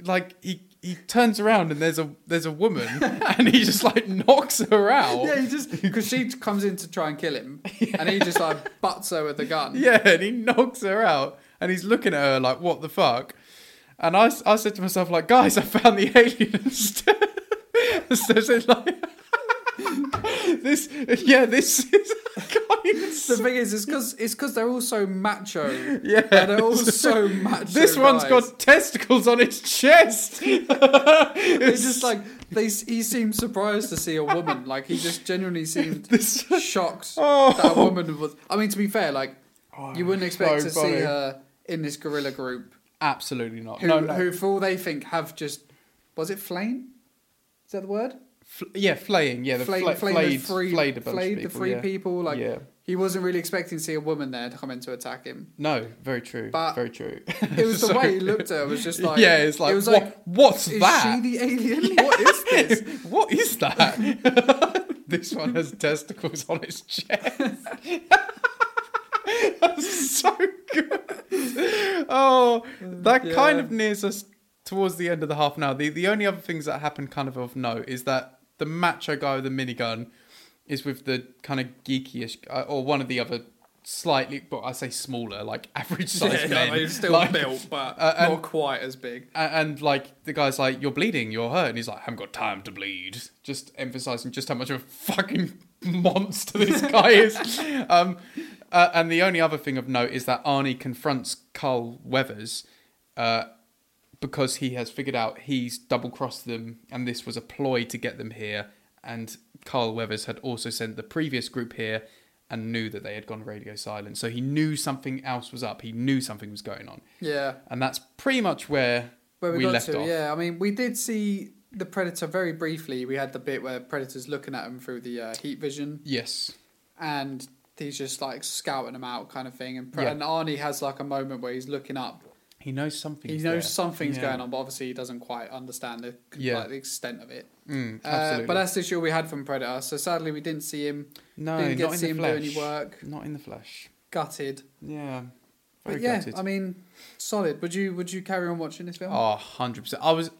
S1: like he he turns around and there's a there's a woman
S2: [laughs]
S1: and he just like knocks her out.
S2: Yeah, he
S1: [laughs]
S2: just because she comes in to try and kill him, and he just like butts her with a gun.
S1: Yeah, [laughs] and he knocks her out and he's looking at her like, what the fuck? And I, s- I said to myself, like, guys, I found the alien [laughs] instead. so it's like, [laughs] this, yeah, this is, [laughs] I can't even
S2: The
S1: say-
S2: [laughs] thing is, it's because it's because they're all so macho.
S1: [laughs] Yeah.
S2: and they're
S1: [laughs]
S2: all so macho.
S1: This one's
S2: guys.
S1: got testicles on its
S2: [laughs]
S1: chest. [laughs]
S2: It's just like they. He seemed surprised to see a woman. Like he just genuinely seemed
S1: [laughs] This-
S2: shocked
S1: Oh.
S2: [laughs] that a woman was. I mean, to be fair, like you wouldn't expect
S1: so
S2: to see
S1: funny.
S2: her in this gorilla group,
S1: Absolutely not.
S2: who,
S1: no, no.
S2: who for all they think have just was it flame? Is that the word?
S1: Fl- yeah, flaying. Yeah, the
S2: Flayed-
S1: fla-
S2: flayed
S1: flayed, flayed a bunch
S2: flayed
S1: of people.
S2: the free
S1: yeah.
S2: people. Like
S1: Yeah.
S2: he wasn't really expecting to see a woman there to come in to attack him.
S1: No, very true.
S2: But
S1: very true. [laughs]
S2: It was the
S1: So-
S2: way he looked at her was just like
S1: [laughs] yeah, it's like,
S2: it was
S1: what,
S2: like
S1: what's
S2: is
S1: that?
S2: she the alien? [laughs] What is this?
S1: [laughs] what is that? [laughs] this one has testicles on its chest. [laughs] That's so good. Oh, that kind
S2: Yeah.
S1: of nears us towards the end of the half an hour. The, the only other things that happened kind of of note is that the macho guy with the minigun is with the kind of geekyish, uh, or one of the other slightly, but I say smaller, like average
S2: [laughs] Yeah,
S1: sized
S2: no,
S1: men.
S2: they're still
S1: Like,
S2: built, but
S1: uh, and-
S2: not quite as big.
S1: a- and like the guy's like, "You're bleeding, you're hurt," and he's like, "I haven't got time to bleed." Just emphasizing just how much of a fucking [laughs] monster this guy is. Um, uh, and the only other thing of note is that Arnie confronts Carl Weathers uh, because he has figured out he's double crossed them, and this was a ploy to get them here. And Carl Weathers had also sent the previous group here and knew that they had gone radio silent, so he knew something else was up. He knew something was going on
S2: Yeah,
S1: and that's pretty much where,
S2: where we,
S1: we,
S2: got
S1: left
S2: to.
S1: off.
S2: Yeah, I mean, we did see the predator very briefly. We had the bit where predator's looking at him through the uh, heat vision,
S1: Yes,
S2: and he's just like scouting him out, kind of thing. And, pre-
S1: Yeah.
S2: and Arnie has like a moment where he's looking up.
S1: he knows something.
S2: He knows something's going on, but obviously he doesn't quite understand the
S1: Yeah.
S2: like, the extent of it.
S1: Mm,
S2: Uh,
S1: absolutely.
S2: but that's the issue we had from Predator. So sadly, we didn't see him.
S1: no,
S2: didn't get
S1: not
S2: to
S1: in
S2: see
S1: the
S2: him do
S1: flesh.
S2: any work.
S1: Not in the flesh.
S2: Gutted.
S1: Yeah,
S2: But
S1: very
S2: yeah,
S1: gutted.
S2: I mean, solid. Would you would you carry on watching this film?
S1: Oh, 100%. I was.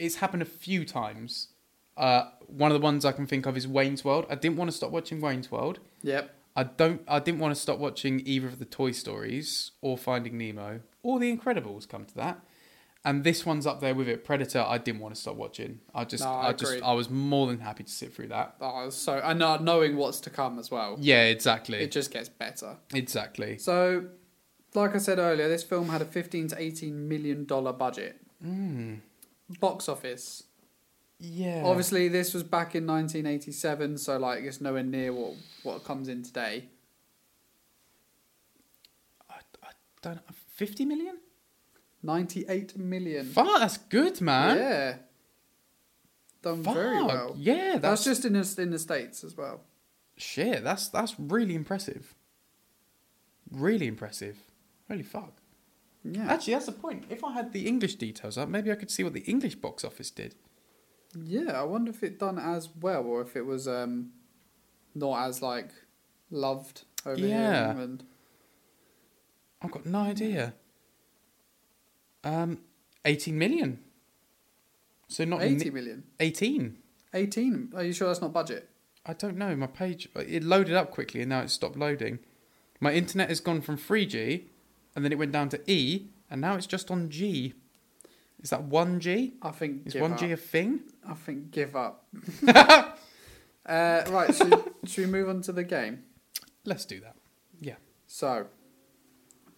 S1: It's happened a few times. Uh, one of the ones I can think of is Wayne's World. I didn't want to stop watching Wayne's World.
S2: Yep.
S1: I don't. I didn't want to stop watching either of the Toy Stories or Finding Nemo or The Incredibles. Come to that, and this one's up there with it. Predator. I didn't want to stop watching. I just.
S2: No, I
S1: I, just.
S2: agree.
S1: I was more than happy to sit through that.
S2: Oh, so and uh, knowing what's to come as well,
S1: Yeah, exactly.
S2: it just gets better.
S1: exactly.
S2: So, like I said earlier, this film had a fifteen to eighteen million dollar budget.
S1: Mm.
S2: Box office.
S1: Yeah.
S2: Obviously, this was back in nineteen eighty seven, so like it's nowhere near what what comes in today.
S1: I, I don't. Fifty million.
S2: Ninety eight million.
S1: Fuck, that's good, man.
S2: Yeah. Done
S1: Fuck.
S2: very well.
S1: Yeah, that's,
S2: That's just in the, in the states as well.
S1: shit. That's that's really impressive. Really impressive. Holy fuck.
S2: Yeah.
S1: Actually, that's the point. If I had the English details up, maybe I could see what the English box office did.
S2: Yeah, I wonder if it done as well or if it was um not as like loved over here
S1: Yeah.
S2: in England.
S1: I've got no idea. Um, eighteen million. So not
S2: Eighty
S1: eighteen.
S2: million.
S1: 18.
S2: 18. Are you sure that's not budget?
S1: I don't know. My page it loaded up quickly and now it's stopped loading. My internet has gone from 3G and then it went down to E and now it's just on G. Is that 1G?
S2: I think
S1: Is
S2: give up.
S1: 1G a thing?
S2: I think
S1: [laughs]
S2: give up. uh, right, should, should we move on to the game?
S1: Let's do that. Yeah.
S2: So,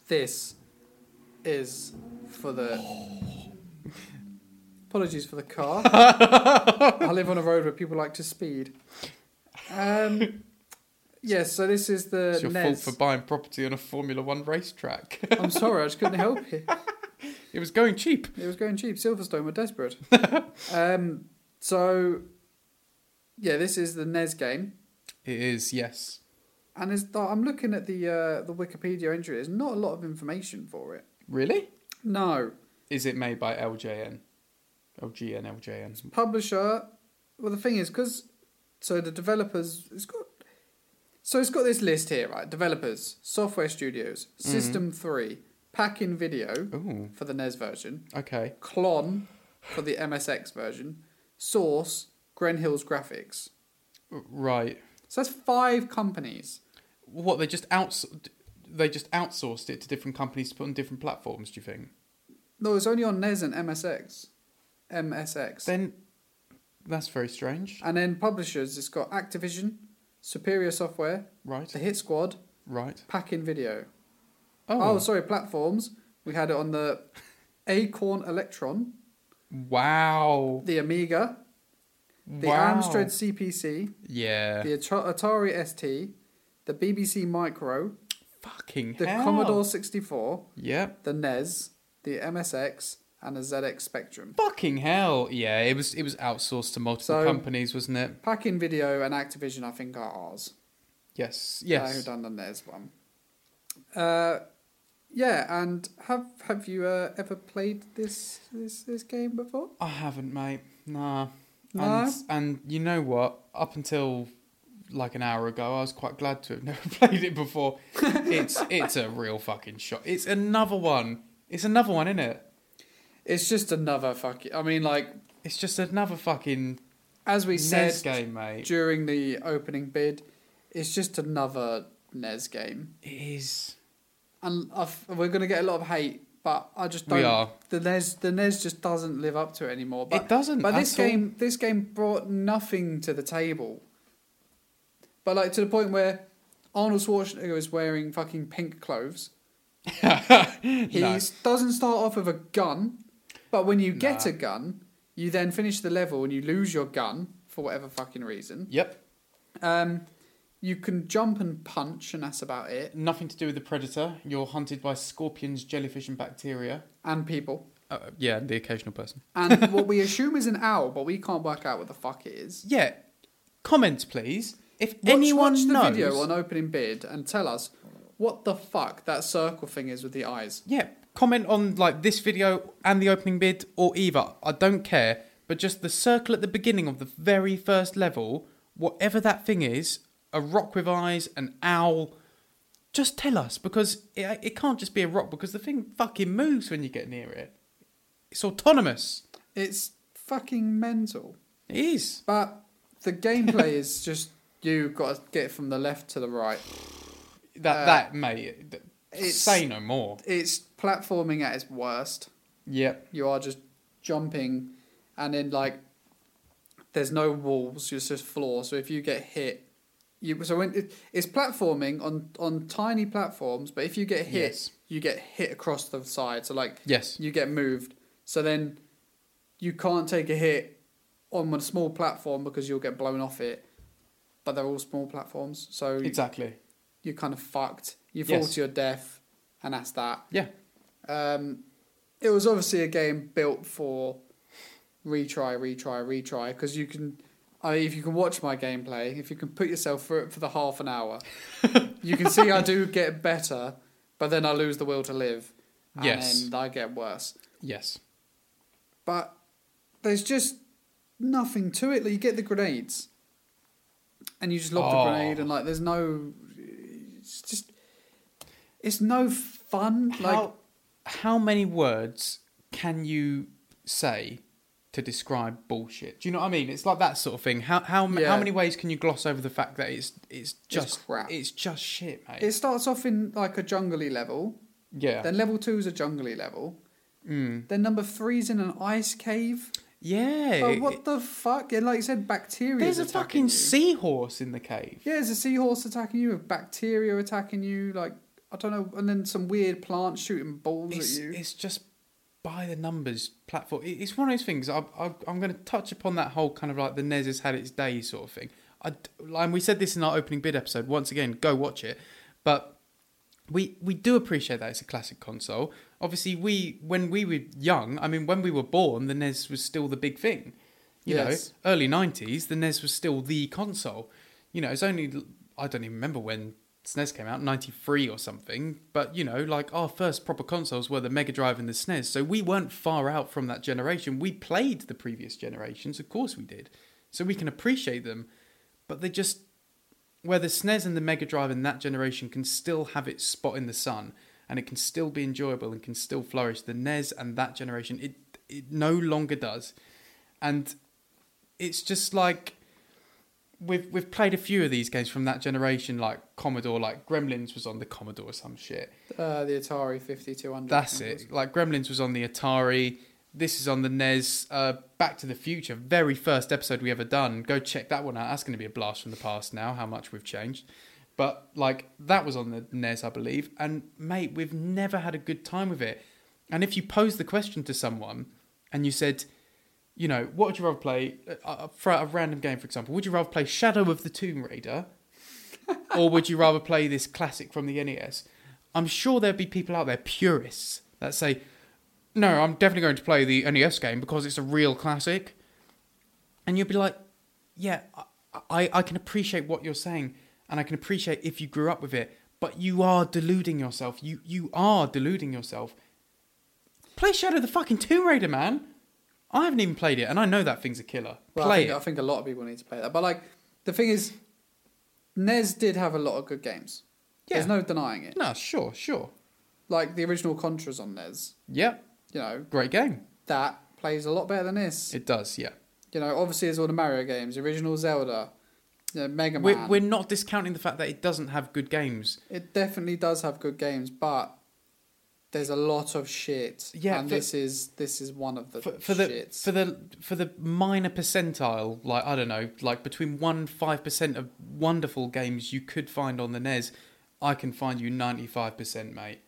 S2: this is for the. Apologies for
S1: [laughs]
S2: the car. I live on a road where people like to speed. Um, Yes, so this is the
S1: It's your
S2: NES.
S1: fault for buying property on a Formula One racetrack.
S2: [laughs]
S1: [laughs]
S2: I'm sorry, I just couldn't help it.
S1: it was going cheap.
S2: It was going cheap. Silverstone were
S1: [laughs]
S2: desperate. um, so, yeah, this is the NES game,
S1: It is, yes.
S2: and it's, I'm looking at the uh, the Wikipedia entry. There's not a lot of information for it.
S1: Really?
S2: No
S1: Is it made by LJN? LGN, LJN.
S2: publisher. Well, the thing is, because so the developers, it's got so it's got this list here, right? Developers, software studios, System Three, Packin Video
S1: Ooh,
S2: for the NES version,
S1: okay.
S2: Clon for the MSX version, Source, Gren Hills Graphics.
S1: Right.
S2: So that's five companies.
S1: What they just outs they just outsourced it to different companies to put on different platforms. Do you think?
S2: No, it's only on NES and MSX. MSX.
S1: Then that's very strange.
S2: and then publishers, it's got Activision, Superior Software,
S1: Right.
S2: The Hit Squad,
S1: Right.
S2: Packin Video. Oh.
S1: Oh,
S2: sorry, platforms. We had it on the Acorn Electron,
S1: wow.
S2: the Amiga, the
S1: wow.
S2: Amstrad CPC,
S1: Yeah.
S2: the Ata- Atari ST, the BBC Micro,
S1: Fucking
S2: the
S1: hell.
S2: Commodore 64,
S1: Yep.
S2: the NES, the MSX, and the ZX Spectrum.
S1: Fucking hell. Yeah. It was it was outsourced to multiple
S2: So-
S1: companies, wasn't it?
S2: Packin Video and Activision, I think, are ours.
S1: Yes.
S2: Uh, who
S1: Yes.
S2: done the NES one? Uh, yeah, and have have you uh, ever played this this this game before?
S1: I haven't, mate. Nah.
S2: No?
S1: And and you know what? Up until like an hour ago, I was quite glad to have [laughs] never played it before.
S2: [laughs]
S1: it's it's a real fucking shot. It's another one. It's another one, isn't it?
S2: It's just another fucking. I mean, like
S1: It's just another fucking
S2: as we
S1: NES
S2: said
S1: game, mate.
S2: during the opening bid, it's just another NES game,
S1: It is.
S2: and I've, we're gonna get a lot of hate. But I just
S1: We
S2: don't.
S1: are.
S2: The NES, the NES just doesn't live up to it anymore. But
S1: it doesn't.
S2: But
S1: at
S2: this
S1: all.
S2: game, this game brought nothing to the table. But like to the point where Arnold Schwarzenegger is wearing fucking pink clothes. He
S1: [laughs] No.
S2: s- doesn't start off with a gun, but when you get
S1: Nah.
S2: a gun, you then finish the level and you lose your gun for whatever fucking reason.
S1: Yep.
S2: Um, you can jump and punch, and that's about it.
S1: Nothing to do with the predator. You're hunted by scorpions, jellyfish, and bacteria.
S2: And people.
S1: Uh, yeah, the occasional person.
S2: And [laughs] what we assume is an owl, but we can't work out what the fuck it is.
S1: Yeah. Comments, please. If
S2: Watch-
S1: anyone
S2: watch the
S1: knows.
S2: video on opening bid and tell us what the fuck that circle thing is with the eyes.
S1: yeah comment on like this video and the opening bid or either i don't care but just the circle at the beginning of the very first level whatever that thing is a rock with eyes an owl just tell us because it, it can't just be a rock because the thing fucking moves when you get near it it's autonomous
S2: It's fucking mental.
S1: it is
S2: But
S1: [laughs]
S2: the gameplay is just you got to get from the left to the right.
S1: that
S2: Uh,
S1: that mate th-
S2: it's-
S1: say no more
S2: It's platforming at its worst.
S1: yep
S2: You are just jumping, and then like there's no walls. It's just floor. So if you get hit, you so when it, it's platforming on on tiny platforms, but if you get hit,
S1: Yes.
S2: you get hit across the side. So like
S1: yes
S2: you get moved. So then you can't take a hit on a small platform because you'll get blown off it. But they're all small platforms, so
S1: exactly
S2: you're kind of fucked. You fall
S1: Yes.
S2: to your death, and that's that.
S1: yeah
S2: Um, it was obviously a game built for retry, retry, retry, because you can. I, if you can watch my gameplay, if you can put yourself through it for the half an
S1: [laughs]
S2: hour, you can see I do get better, but then I lose the will to live, and
S1: Yes.
S2: then I get worse
S1: yes
S2: but there's just nothing to it. Like you get the grenades, and you just lob
S1: Oh.
S2: the grenade, and like there's no, it's just, it's no fun. Like
S1: how, how many words can you say to describe bullshit? Do you know what I mean? It's like that sort of thing. How how m-
S2: Yeah.
S1: how many ways can you gloss over the fact that it's it's just
S2: crap.
S1: It's just shit, mate.
S2: it starts off in like a jungly level,
S1: yeah,
S2: then level two is a jungly level,
S1: mm.
S2: then number three's in an ice cave.
S1: yeah.
S2: But
S1: it-
S2: Oh, what the fuck? And like you said, bacteria.
S1: there's a fucking
S2: you.
S1: seahorse in the cave.
S2: Yeah, there's a seahorse attacking you, with bacteria attacking you, like I don't know, and then some weird plant shooting balls
S1: It's,
S2: at you.
S1: it's just by the numbers platform. It- It's one of those things. I, I, I'm going to touch upon that whole kind of like the NES has had its day sort of thing. I, and we said this in our opening bid episode. Once again, go watch it. But we we do appreciate that it's a classic console. Obviously, we when we were young, I mean, when we were born, the NES was still the big thing. You
S2: Yes.
S1: know, early '90s, the NES was still the console. You know, it's only I don't even remember when SNES came out, '93 or something. But you know, like our first proper consoles were the Mega Drive and the SNES, so we weren't far out from that generation. We played the previous generations, of course we did, so we can appreciate them. But they just where the SNES and the Mega Drive in that generation can still have its spot in the sun and it can still be enjoyable and can still flourish. The NES and that generation, it it no longer does, and it's just like we've we've played a few of these games from that generation, like Commodore, like Gremlins was on the Commodore or some shit.
S2: Uh, the Atari 5200.
S1: That's it. Like Gremlins was on the Atari. This is on the NES. Uh, Back to the Future, very first episode we ever done. Go check that one out. That's going to be a blast from the past now, how much we've changed. But like that was on the NES, I believe. And mate, we've never had a good time with it. And if you posed the question to someone and you said, you know, what would you rather play? uh, Uh, for a random game, for example, would you rather play Shadow of the Tomb Raider or would you rather play this classic from the NES? I'm sure there'd be people out there, purists, that say, no, I'm definitely going to play the NES game because it's a real classic. And you'd be like, yeah, I, I, I can appreciate what you're saying and I can appreciate if you grew up with it, but you are deluding yourself. You, you are deluding yourself. Play Shadow of the fucking Tomb Raider, man. I haven't even played it and I know that thing's a killer.
S2: Well, I
S1: play
S2: think, I
S1: it.
S2: think a lot of people need to play that. But like, the thing is, NES did have a lot of good games.
S1: Yeah.
S2: There's no denying it.
S1: No, sure, sure.
S2: Like the original Contras on NES,
S1: Yep,
S2: you know,
S1: great game.
S2: that plays a lot better than this.
S1: It does, yeah.
S2: You know, obviously there's all the Mario games, the original Zelda, you know, Mega
S1: We're,
S2: Man.
S1: we're not discounting the fact that it doesn't have good games.
S2: It definitely does have good games, but there's a lot of shit.
S1: Yeah,
S2: and
S1: for-
S2: this is this is one of the
S1: For, for the
S2: shits.
S1: for the for the minor percentile, like I don't know, like between one five percent of wonderful games you could find on the NES, I can find you ninety five percent, mate.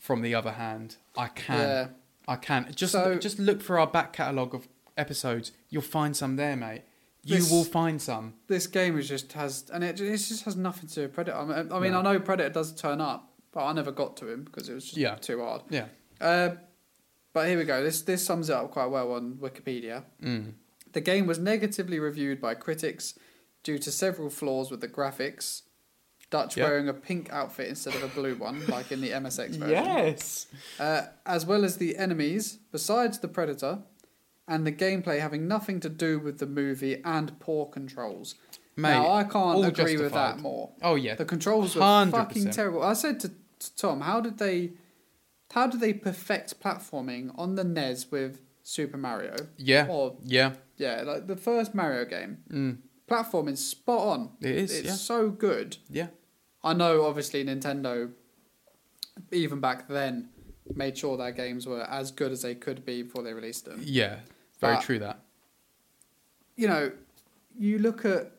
S1: From the other hand, I can,
S2: Yeah.
S1: I can. Just
S2: So-
S1: just look for our back catalogue of episodes. You'll find some there, mate. You
S2: This-
S1: will find some.
S2: this game is just has and it, it just has nothing to do with Predator. I mean, I, mean,
S1: No.
S2: I know Predator does turn up, but I never got to him because it was just
S1: Yeah.
S2: too hard.
S1: Yeah.
S2: Uh, but here we go. This this sums it up quite well on Wikipedia.
S1: Mm.
S2: The game was negatively reviewed by critics due to several flaws with the graphics. Dutch
S1: Yeah.
S2: wearing a pink outfit instead of a blue one, like in the MSX version.
S1: Yes.
S2: Uh, as well as the enemies, besides the Predator, and the gameplay having nothing to do with the movie and poor controls.
S1: Mate,
S2: now, I can't
S1: all
S2: agree with that
S1: justified.
S2: more.
S1: Oh yeah.
S2: The controls were
S1: 100%.
S2: fucking terrible. I said to, to Tom, how did they, how did they perfect platforming on the NES with Super Mario?
S1: yeah.
S2: Or
S1: yeah.
S2: yeah, like the first Mario game,
S1: Mm.
S2: platforming spot on.
S1: It is.
S2: It's
S1: yeah.
S2: so good.
S1: Yeah.
S2: I know, obviously, Nintendo, even back then, made sure their games were as good as they could be before they released them.
S1: Yeah. Very
S2: But-
S1: true that.
S2: You know, you look at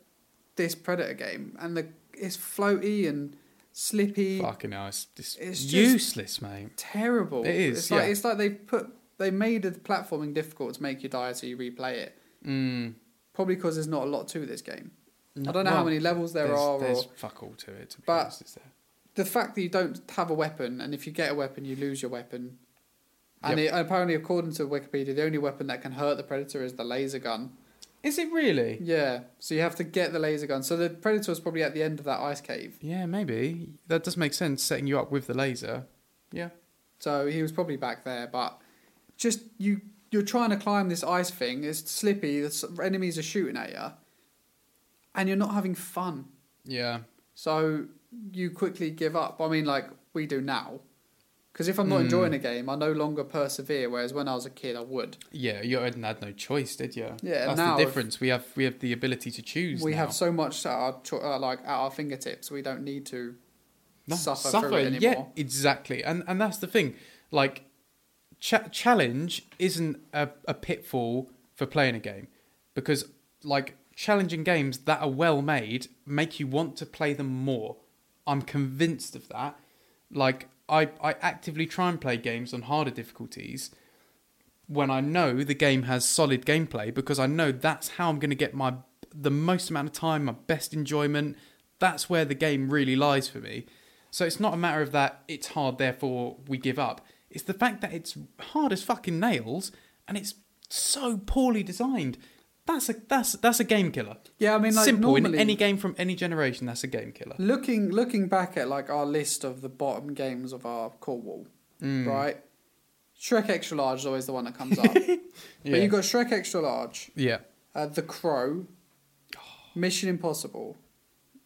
S2: this Predator game, and the it's floaty and slippy,
S1: Fucking hell, it's, it's,
S2: It's just-
S1: useless, mate.
S2: terrible.
S1: It is,
S2: It's
S1: yeah.
S2: like it's like they put they made the platforming difficult to make you die so you replay it.
S1: Mm.
S2: Probably because there's not a lot to this game.
S1: No-
S2: I don't know
S1: well,
S2: how many levels there
S1: there's,
S2: are.
S1: There's
S2: or
S1: fuck all to it. To be
S2: But-
S1: honest, is there?
S2: the fact that you don't have a weapon, and if you get a weapon, you lose your weapon. And
S1: Yep.
S2: it, apparently, according to Wikipedia, the only weapon that can hurt the predator is the laser gun.
S1: Is it really?
S2: Yeah, so you have to get the laser gun. So the predator was probably at the end of that ice cave.
S1: Yeah, maybe that does make sense. Setting you up with the laser. Yeah.
S2: So he was probably back there, but just you you're trying to climb this ice thing. It's slippy. The s- enemies are shooting at you, and you're not having fun.
S1: Yeah.
S2: So you quickly give up. I mean, like we do now. Because if I'm not
S1: Mm.
S2: enjoying a game, I no longer persevere. Whereas when I was a kid, I would.
S1: Yeah. You hadn't had no choice, did you?
S2: Yeah,
S1: That's
S2: now
S1: the
S2: if-
S1: difference. We have we have the ability to choose.
S2: we
S1: now.
S2: have so much at our cho- uh, like at our fingertips. We don't need to suffer, through it anymore.
S1: Yeah, exactly. And and that's the thing. Like, cha- challenge isn't a, a pitfall for playing a game because like challenging games that are well made make you want to play them more. I'm convinced of that. Like, I I actively try and play games on harder difficulties when I know the game has solid gameplay because I know that's how I'm going to get my the most amount of time, my best enjoyment. That's where the game really lies for me. So it's not a matter of that it's hard, therefore we give up. It's the fact that it's hard as fucking nails and it's so poorly designed. That's a that's that's a game killer.
S2: Yeah, I mean, like,
S1: simple
S2: normally-
S1: in any game from any generation. That's a game killer.
S2: Looking looking back at like our list of the bottom games of our core wall,
S1: Hmm.
S2: right? Shrek Extra Large is always the one that
S1: [laughs]
S2: comes up. But
S1: Yeah.
S2: you've got Shrek Extra Large,
S1: Yeah,
S2: uh, The Crow,
S1: [sighs]
S2: Mission Impossible.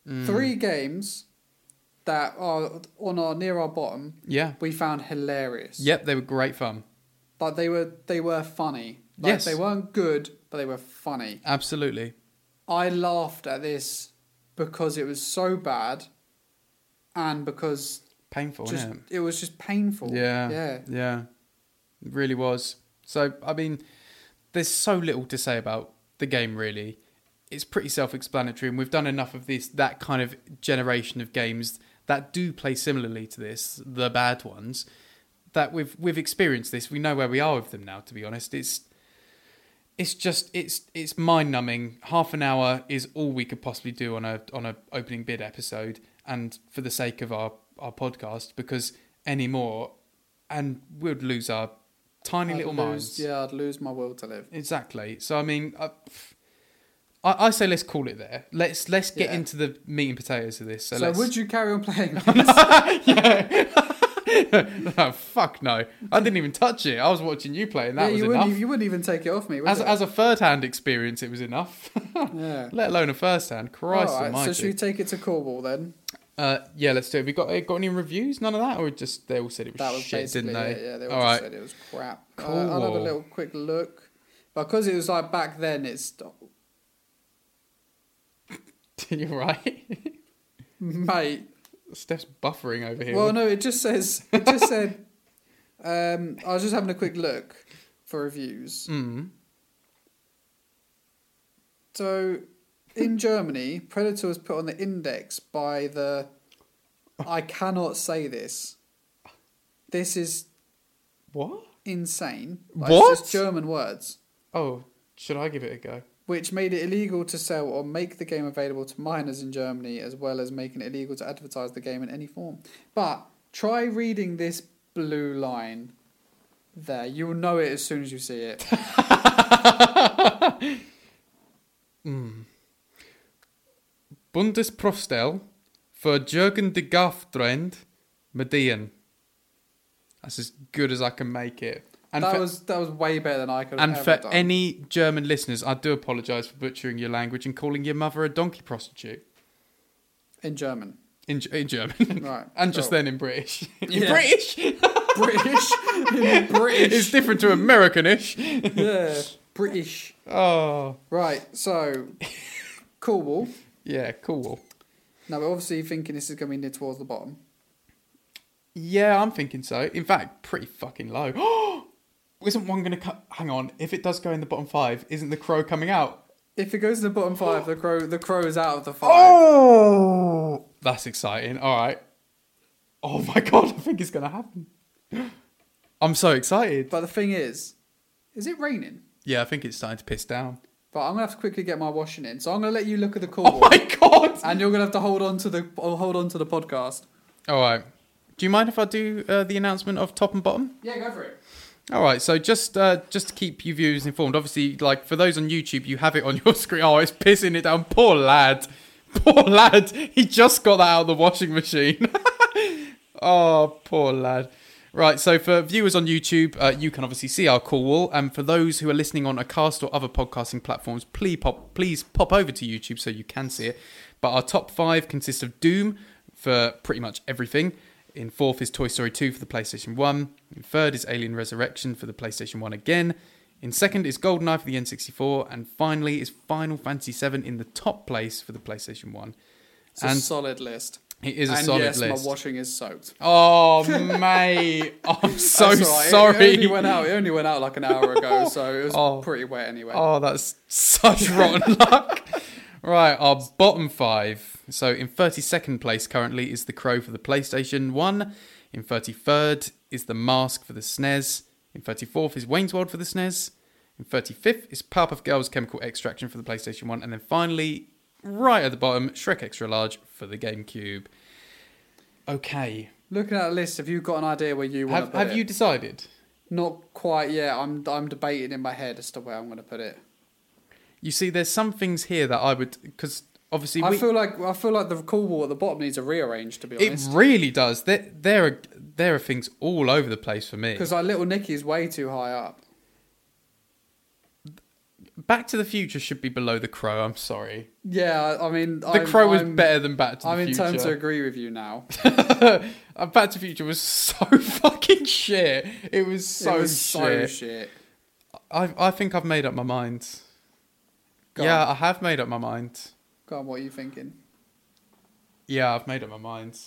S1: Mm.
S2: Three games that are on our near our bottom
S1: yeah,
S2: we found hilarious.
S1: yep. They were great fun.
S2: Like they were they were funny. Like
S1: Yes.
S2: they weren't good, but they were funny.
S1: Absolutely.
S2: I laughed at this because it was so bad and because
S1: Painful,
S2: just
S1: isn't
S2: it was just painful.
S1: it? Oh, Yeah.
S2: Yeah.
S1: Yeah. It really was. So, I mean, there's so little to say about the game, really. It's pretty self explanatory, and we've done enough of this, that kind of generation of games that do play similarly to this, the bad ones, that we've we've experienced this. We know where we are with them now, to be honest. It's it's just it's it's mind numbing. Half an hour is all we could possibly do on a on a opening bid episode, and for the sake of our our podcast, because any more, and we'd lose our tiny
S2: I'd
S1: little minds.
S2: lose- Yeah, I'd lose my will to live.
S1: Exactly. So I mean, I, I, I say let's call it there. Let's let's get
S2: Yeah.
S1: into the meat and potatoes of this. So,
S2: So,
S1: let's.
S2: would you carry
S1: [laughs]
S2: on playing?
S1: oh, fuck [laughs] no! I didn't even touch it. I was watching you play, and
S2: yeah,
S1: that was
S2: you
S1: enough.
S2: wouldn't, you wouldn't even take it off me, would
S1: as
S2: you?
S1: as a third hand experience, it was enough. [laughs]
S2: yeah.
S1: Let alone a first hand. Christ
S2: Alright,
S1: Almighty.
S2: so should we take it to Cornwall then?
S1: Uh, yeah, let's do it. We got got any reviews? None of that, or just they all said it was,
S2: That was
S1: shit,
S2: basically
S1: didn't they?
S2: it. Yeah, they all
S1: all
S2: just
S1: right.
S2: said it was crap. I- I'll have a
S1: Cornwall.
S2: little quick look. Because it was like back then, it's
S1: [laughs] You're right.
S2: mate.
S1: Steph's buffering over here.
S2: Well, no, it just says it just said. [laughs] Um, I was just having a quick look for reviews.
S1: Mm.
S2: So, in Germany, Predator was put on the index by the. I cannot say this. This is
S1: What?
S2: insane.
S1: What?
S2: It's just German words,
S1: Oh, should I give it a go?
S2: which made it illegal to sell or make the game available to minors in Germany, as well as making it illegal to advertise the game in any form. But try reading this blue line. There, you will know it as soon as you see it.
S1: Bundesprofstel für Jürgen de Gaafdrend Medien. That's as good as I can make it. [laughs] And
S2: that
S1: for,
S2: was that was way better than I could. have
S1: and
S2: ever
S1: for
S2: done.
S1: any German listeners, I do apologise for butchering your language and calling your mother a donkey prostitute
S2: in
S1: [laughs]
S2: German,
S1: in, in German.
S2: [laughs] Right,
S1: and just
S2: cool.
S1: then in
S2: [laughs]
S1: British. In
S2: Yeah.
S1: British?
S2: British, in
S1: it's
S2: [laughs] British,
S1: different to Americanish.
S2: [laughs] yeah, British.
S1: Oh,
S2: Right, so Cornwall.
S1: yeah, cool.
S2: Now we're obviously thinking this is going to be near towards the bottom.
S1: Yeah, I'm thinking so. In fact, pretty fucking low. [gasps] isn't one going to cut? Hang on. If it does go in the bottom five, isn't the crow coming out?
S2: If it goes to the bottom five, the crow the crow is out of the five.
S1: Oh, that's exciting. All right. Oh my [laughs] god, I think it's going to happen. [gasps] I'm so excited.
S2: But the thing is, is it raining?
S1: Yeah, I think it's starting to piss down. [laughs]
S2: But I'm gonna have to quickly get my washing in, so I'm gonna let you look at the
S1: Oh
S2: [laughs] Cornwall,
S1: my god.
S2: and you're gonna have to hold on to the oh, hold on to the podcast.
S1: All right. Do you mind if I do uh, the announcement of top and bottom?
S2: Yeah, go for it.
S1: All right, so just uh, just to keep you viewers informed, obviously, like for those on YouTube, you have it on [laughs] your screen. Oh, it's pissing it down. Poor lad, poor lad. He just got that out of the washing machine. [laughs] oh, poor lad. Right, so for viewers on YouTube, uh, you can obviously see our call wall, and for those who are listening on a cast or other podcasting platforms, please pop please pop over to YouTube so you can see it. But our top five consists of Doom for pretty much everything. In fourth is Toy Story 2 for the PlayStation 1. In third is Alien Resurrection for the PlayStation 1 again. In second is GoldenEye for the N64. And finally is Final Fantasy 7 in the top place for the PlayStation 1.
S2: It's a
S1: And-
S2: solid list.
S1: It is a
S2: and
S1: solid
S2: yes,
S1: list.
S2: my washing is soaked.
S1: Oh,
S2: [laughs]
S1: mate. Oh, I'm so
S2: That's all right.
S1: sorry.
S2: It only went out. It only went out like an hour
S1: [laughs]
S2: ago, so it was
S1: Oh.
S2: pretty wet anyway.
S1: Oh, that's such rotten [laughs] luck. Right, our bottom five. So in 32nd place currently is The Crow for the PlayStation 1. E In 33rd is The Mask for the SNES. In 34th is Wayne's World for the SNES. In 35th is Powerpuff Girls Chemical Extraction for the PlayStation 1. And then finally, right at the bottom, Shrek Extra Large for the GameCube. Okay.
S2: Looking at the list, have you got an idea where you want
S1: Have,
S2: to put
S1: have
S2: it?
S1: you decided?
S2: Not quite yet. I'm I'm debating in my head as to where I'm going to put it.
S1: You see, there's some things here that I would. Because obviously,
S2: I
S1: we,
S2: feel like I feel like the cool wall at the bottom needs a rearrange. To be
S1: it
S2: honest,
S1: really does. There, there, are, there are things all over the place for me.
S2: because like Little Nicky's way too high up.
S1: Back to the Future should be below The Crow. I'm sorry.
S2: Yeah, I- I mean,
S1: The Crow was
S2: I'm,
S1: better than Back to
S2: I'm
S1: the
S2: in
S1: Future.
S2: time to agree with you now.
S1: [laughs] Uh, Back to the Future was [laughs] so fucking shit. It was so
S2: it was so
S1: shit.
S2: shit.
S1: I I think I've made up my mind.
S2: Go
S1: yeah,
S2: on.
S1: I have made up my mind.
S2: Go on, what are you thinking?
S1: Yeah, I've made up my mind.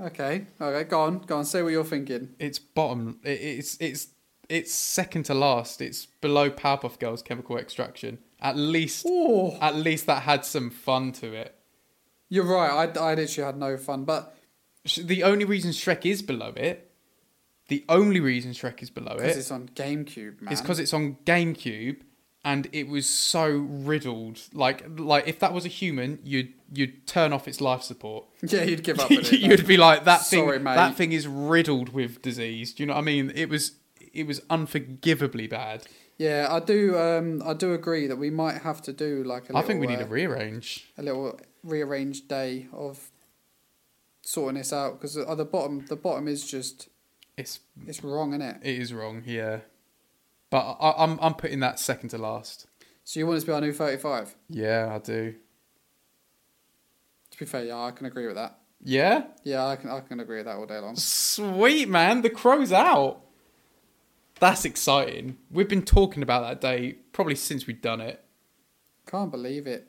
S2: Okay, okay, go on, go on, say what you're thinking.
S1: It's bottom. It, it's it's it's second to last. It's below Powerpuff Girls Chemical Extraction. At least
S2: Oh,
S1: at least that had some fun to it.
S2: you're right. I, I literally had no fun, but
S1: Sh- The only reason Shrek is below it, the only reason Shrek is below
S2: because
S1: it,
S2: it's on GameCube, man.
S1: is because it's on GameCube, and it was so riddled. Like like if that was a human, you'd you'd turn off its life support.
S2: [laughs] yeah, you'd
S1: [laughs]
S2: give up. on it,
S1: you'd be like that thing
S2: Sorry, mate.
S1: that thing is riddled with disease do you know what i mean it was it was unforgivably bad
S2: Yeah, I do. Um, I do agree that we might have to do like a
S1: i
S2: little,
S1: think we need to
S2: uh,
S1: rearrange
S2: a little rearranged day of sorting this out because at the bottom, the bottom is just
S1: it's
S2: it's wrong, isn't it?
S1: it is wrong yeah but I, i'm i'm putting that second to last
S2: So you want it to be our new thirty-five?
S1: yeah i do
S2: To be fair, yeah, I can agree with that.
S1: yeah
S2: Yeah, I can. I can agree with that all day long.
S1: sweet man the crow's out that's exciting we've been talking about that day probably since we've done it
S2: Can't believe [laughs] it.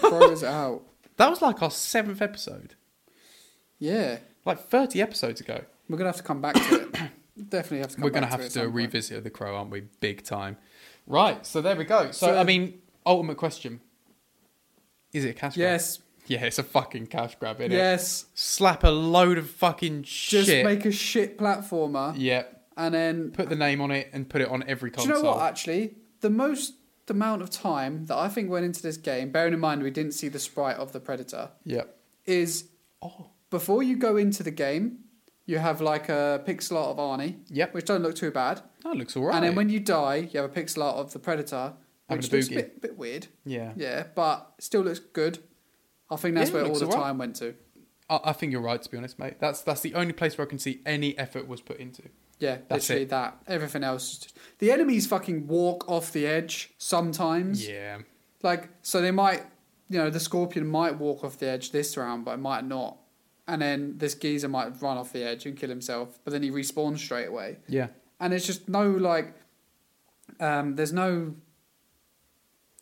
S2: Crows out.
S1: that was like our seventh episode
S2: Yeah,
S1: like 30 episodes ago
S2: we're gonna have to come back to [coughs] it. Definitely have to. Come
S1: We're going to
S2: back
S1: have
S2: it
S1: to do
S2: at
S1: a
S2: some point.
S1: revisit of The Crow, aren't we? Big time. Right, so there we go. So,
S2: So-
S1: I mean, ultimate question. Is it a cash grab?
S2: Yes,
S1: Yeah, it's a fucking cash grab, innit?
S2: yes.
S1: Slap a load of fucking shit.
S2: Just make a shit platformer
S1: Yeah.
S2: and then
S1: Put the name on it and put it on every
S2: Do
S1: console.
S2: you know what? Actually, the most amount of time that I think went into this game, bearing in mind we didn't see the sprite of the predator,
S1: Yep.
S2: is
S1: Oh.
S2: before you go into the game, you have like a pixel art of Arnie,
S1: Yep.
S2: which don't look too bad,
S1: That looks alright.
S2: and then when you die, you have a pixel art of the predator,
S1: Having
S2: which
S1: a
S2: looks a
S1: boogie.
S2: bit, bit weird,
S1: Yeah.
S2: yeah, but still looks good. I think that's
S1: Yeah,
S2: where all
S1: looks
S2: the
S1: alright.
S2: time went to.
S1: I, I think you're right, to be honest, mate. That's that's the only place where I can see any effort was put into.
S2: Yeah,
S1: That's
S2: literally
S1: it.
S2: that. Everything else, is just- the enemies fucking walk off the edge sometimes.
S1: Yeah.
S2: Like, so they might, you know, the scorpion might walk off the edge this round, but it might not. And then this geezer might run off the edge and kill himself, but then he respawns straight away.
S1: Yeah.
S2: And it's just no, like, um, there's no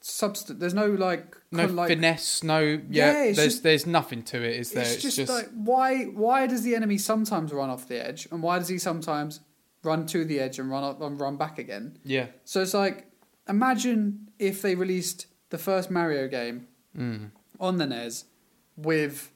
S2: substance, there's no, like,
S1: No
S2: kind of, like,
S1: finesse, no. Yeah.
S2: Yeah, it's
S1: there's
S2: just-
S1: there's nothing to it, is
S2: it's,
S1: there?
S2: just, like, why, why does the enemy sometimes run off the edge? And why does he sometimes run to the edge and run up and run back again?
S1: Yeah.
S2: So it's like, imagine if they released the first Mario game
S1: Mm.
S2: on the NES with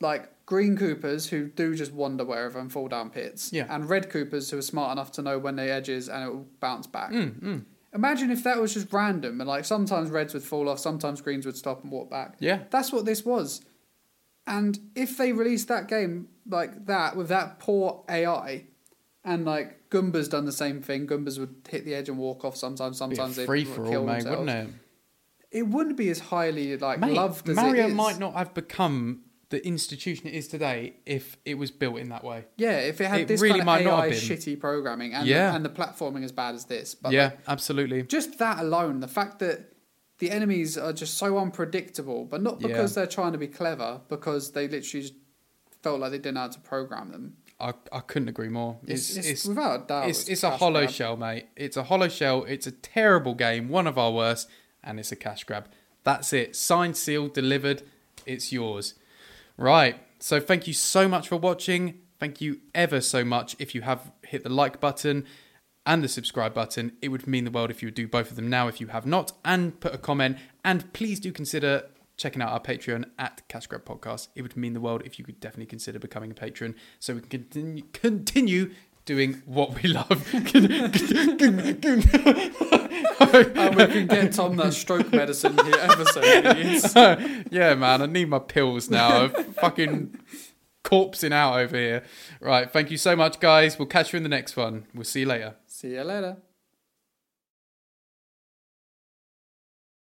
S2: like green Coopers who do just wander wherever and fall down pits,
S1: Yeah.
S2: and red Coopers who are smart enough to know when the edge is and it will bounce back.
S1: Mm, mm.
S2: Imagine if that was just random and like sometimes reds would fall off, sometimes greens would stop and walk back.
S1: Yeah.
S2: That's what this was. And if they released that game like that with that poor AI, and like Goombas done the same thing, Goombas would hit the edge and walk off sometimes.
S1: Be a
S2: Sometimes they
S1: free for all, mate, wouldn't it?
S2: It wouldn't be as highly like
S1: Mate,
S2: loved as
S1: Mario
S2: it is.
S1: might not have become the institution it is today if it was built in that way.
S2: Yeah, if it had
S1: It
S2: this
S1: really
S2: kind of
S1: might not
S2: AI
S1: have been.
S2: shitty programming and
S1: Yeah.
S2: the, and the platforming as bad as this, but
S1: yeah,
S2: like,
S1: absolutely.
S2: just that alone, the fact that the enemies are just so unpredictable, but not
S1: Yeah.
S2: because they're trying to be clever, because they literally just felt like they didn't know how to program them.
S1: I, I couldn't agree more.
S2: It's,
S1: It's it's it's,
S2: without a doubt.
S1: it's,
S2: it's
S1: a
S2: cash
S1: hollow
S2: grab.
S1: shell, mate. It's a hollow shell. It's a terrible game, one of our worst, and it's a cash grab. That's it. Signed, sealed, delivered. It's yours. Right. So thank you so much for watching. Thank you ever so much if you have hit the like button and the subscribe button. It would mean the world if you would do both of them now if you have not and put a comment and please do consider checking out our Patreon at Cash Grab Podcast. It would mean the world if you could definitely consider becoming a patron so we can continue continue doing what we [laughs] love.
S2: And we can get Tom that stroke medicine he ever so needs.
S1: [laughs] yeah, man, I need my pills now. I'm fucking corpsing out over here. Right, thank you so much, guys. We'll catch you in the next one. We'll see you later.
S2: [laughs] See you later.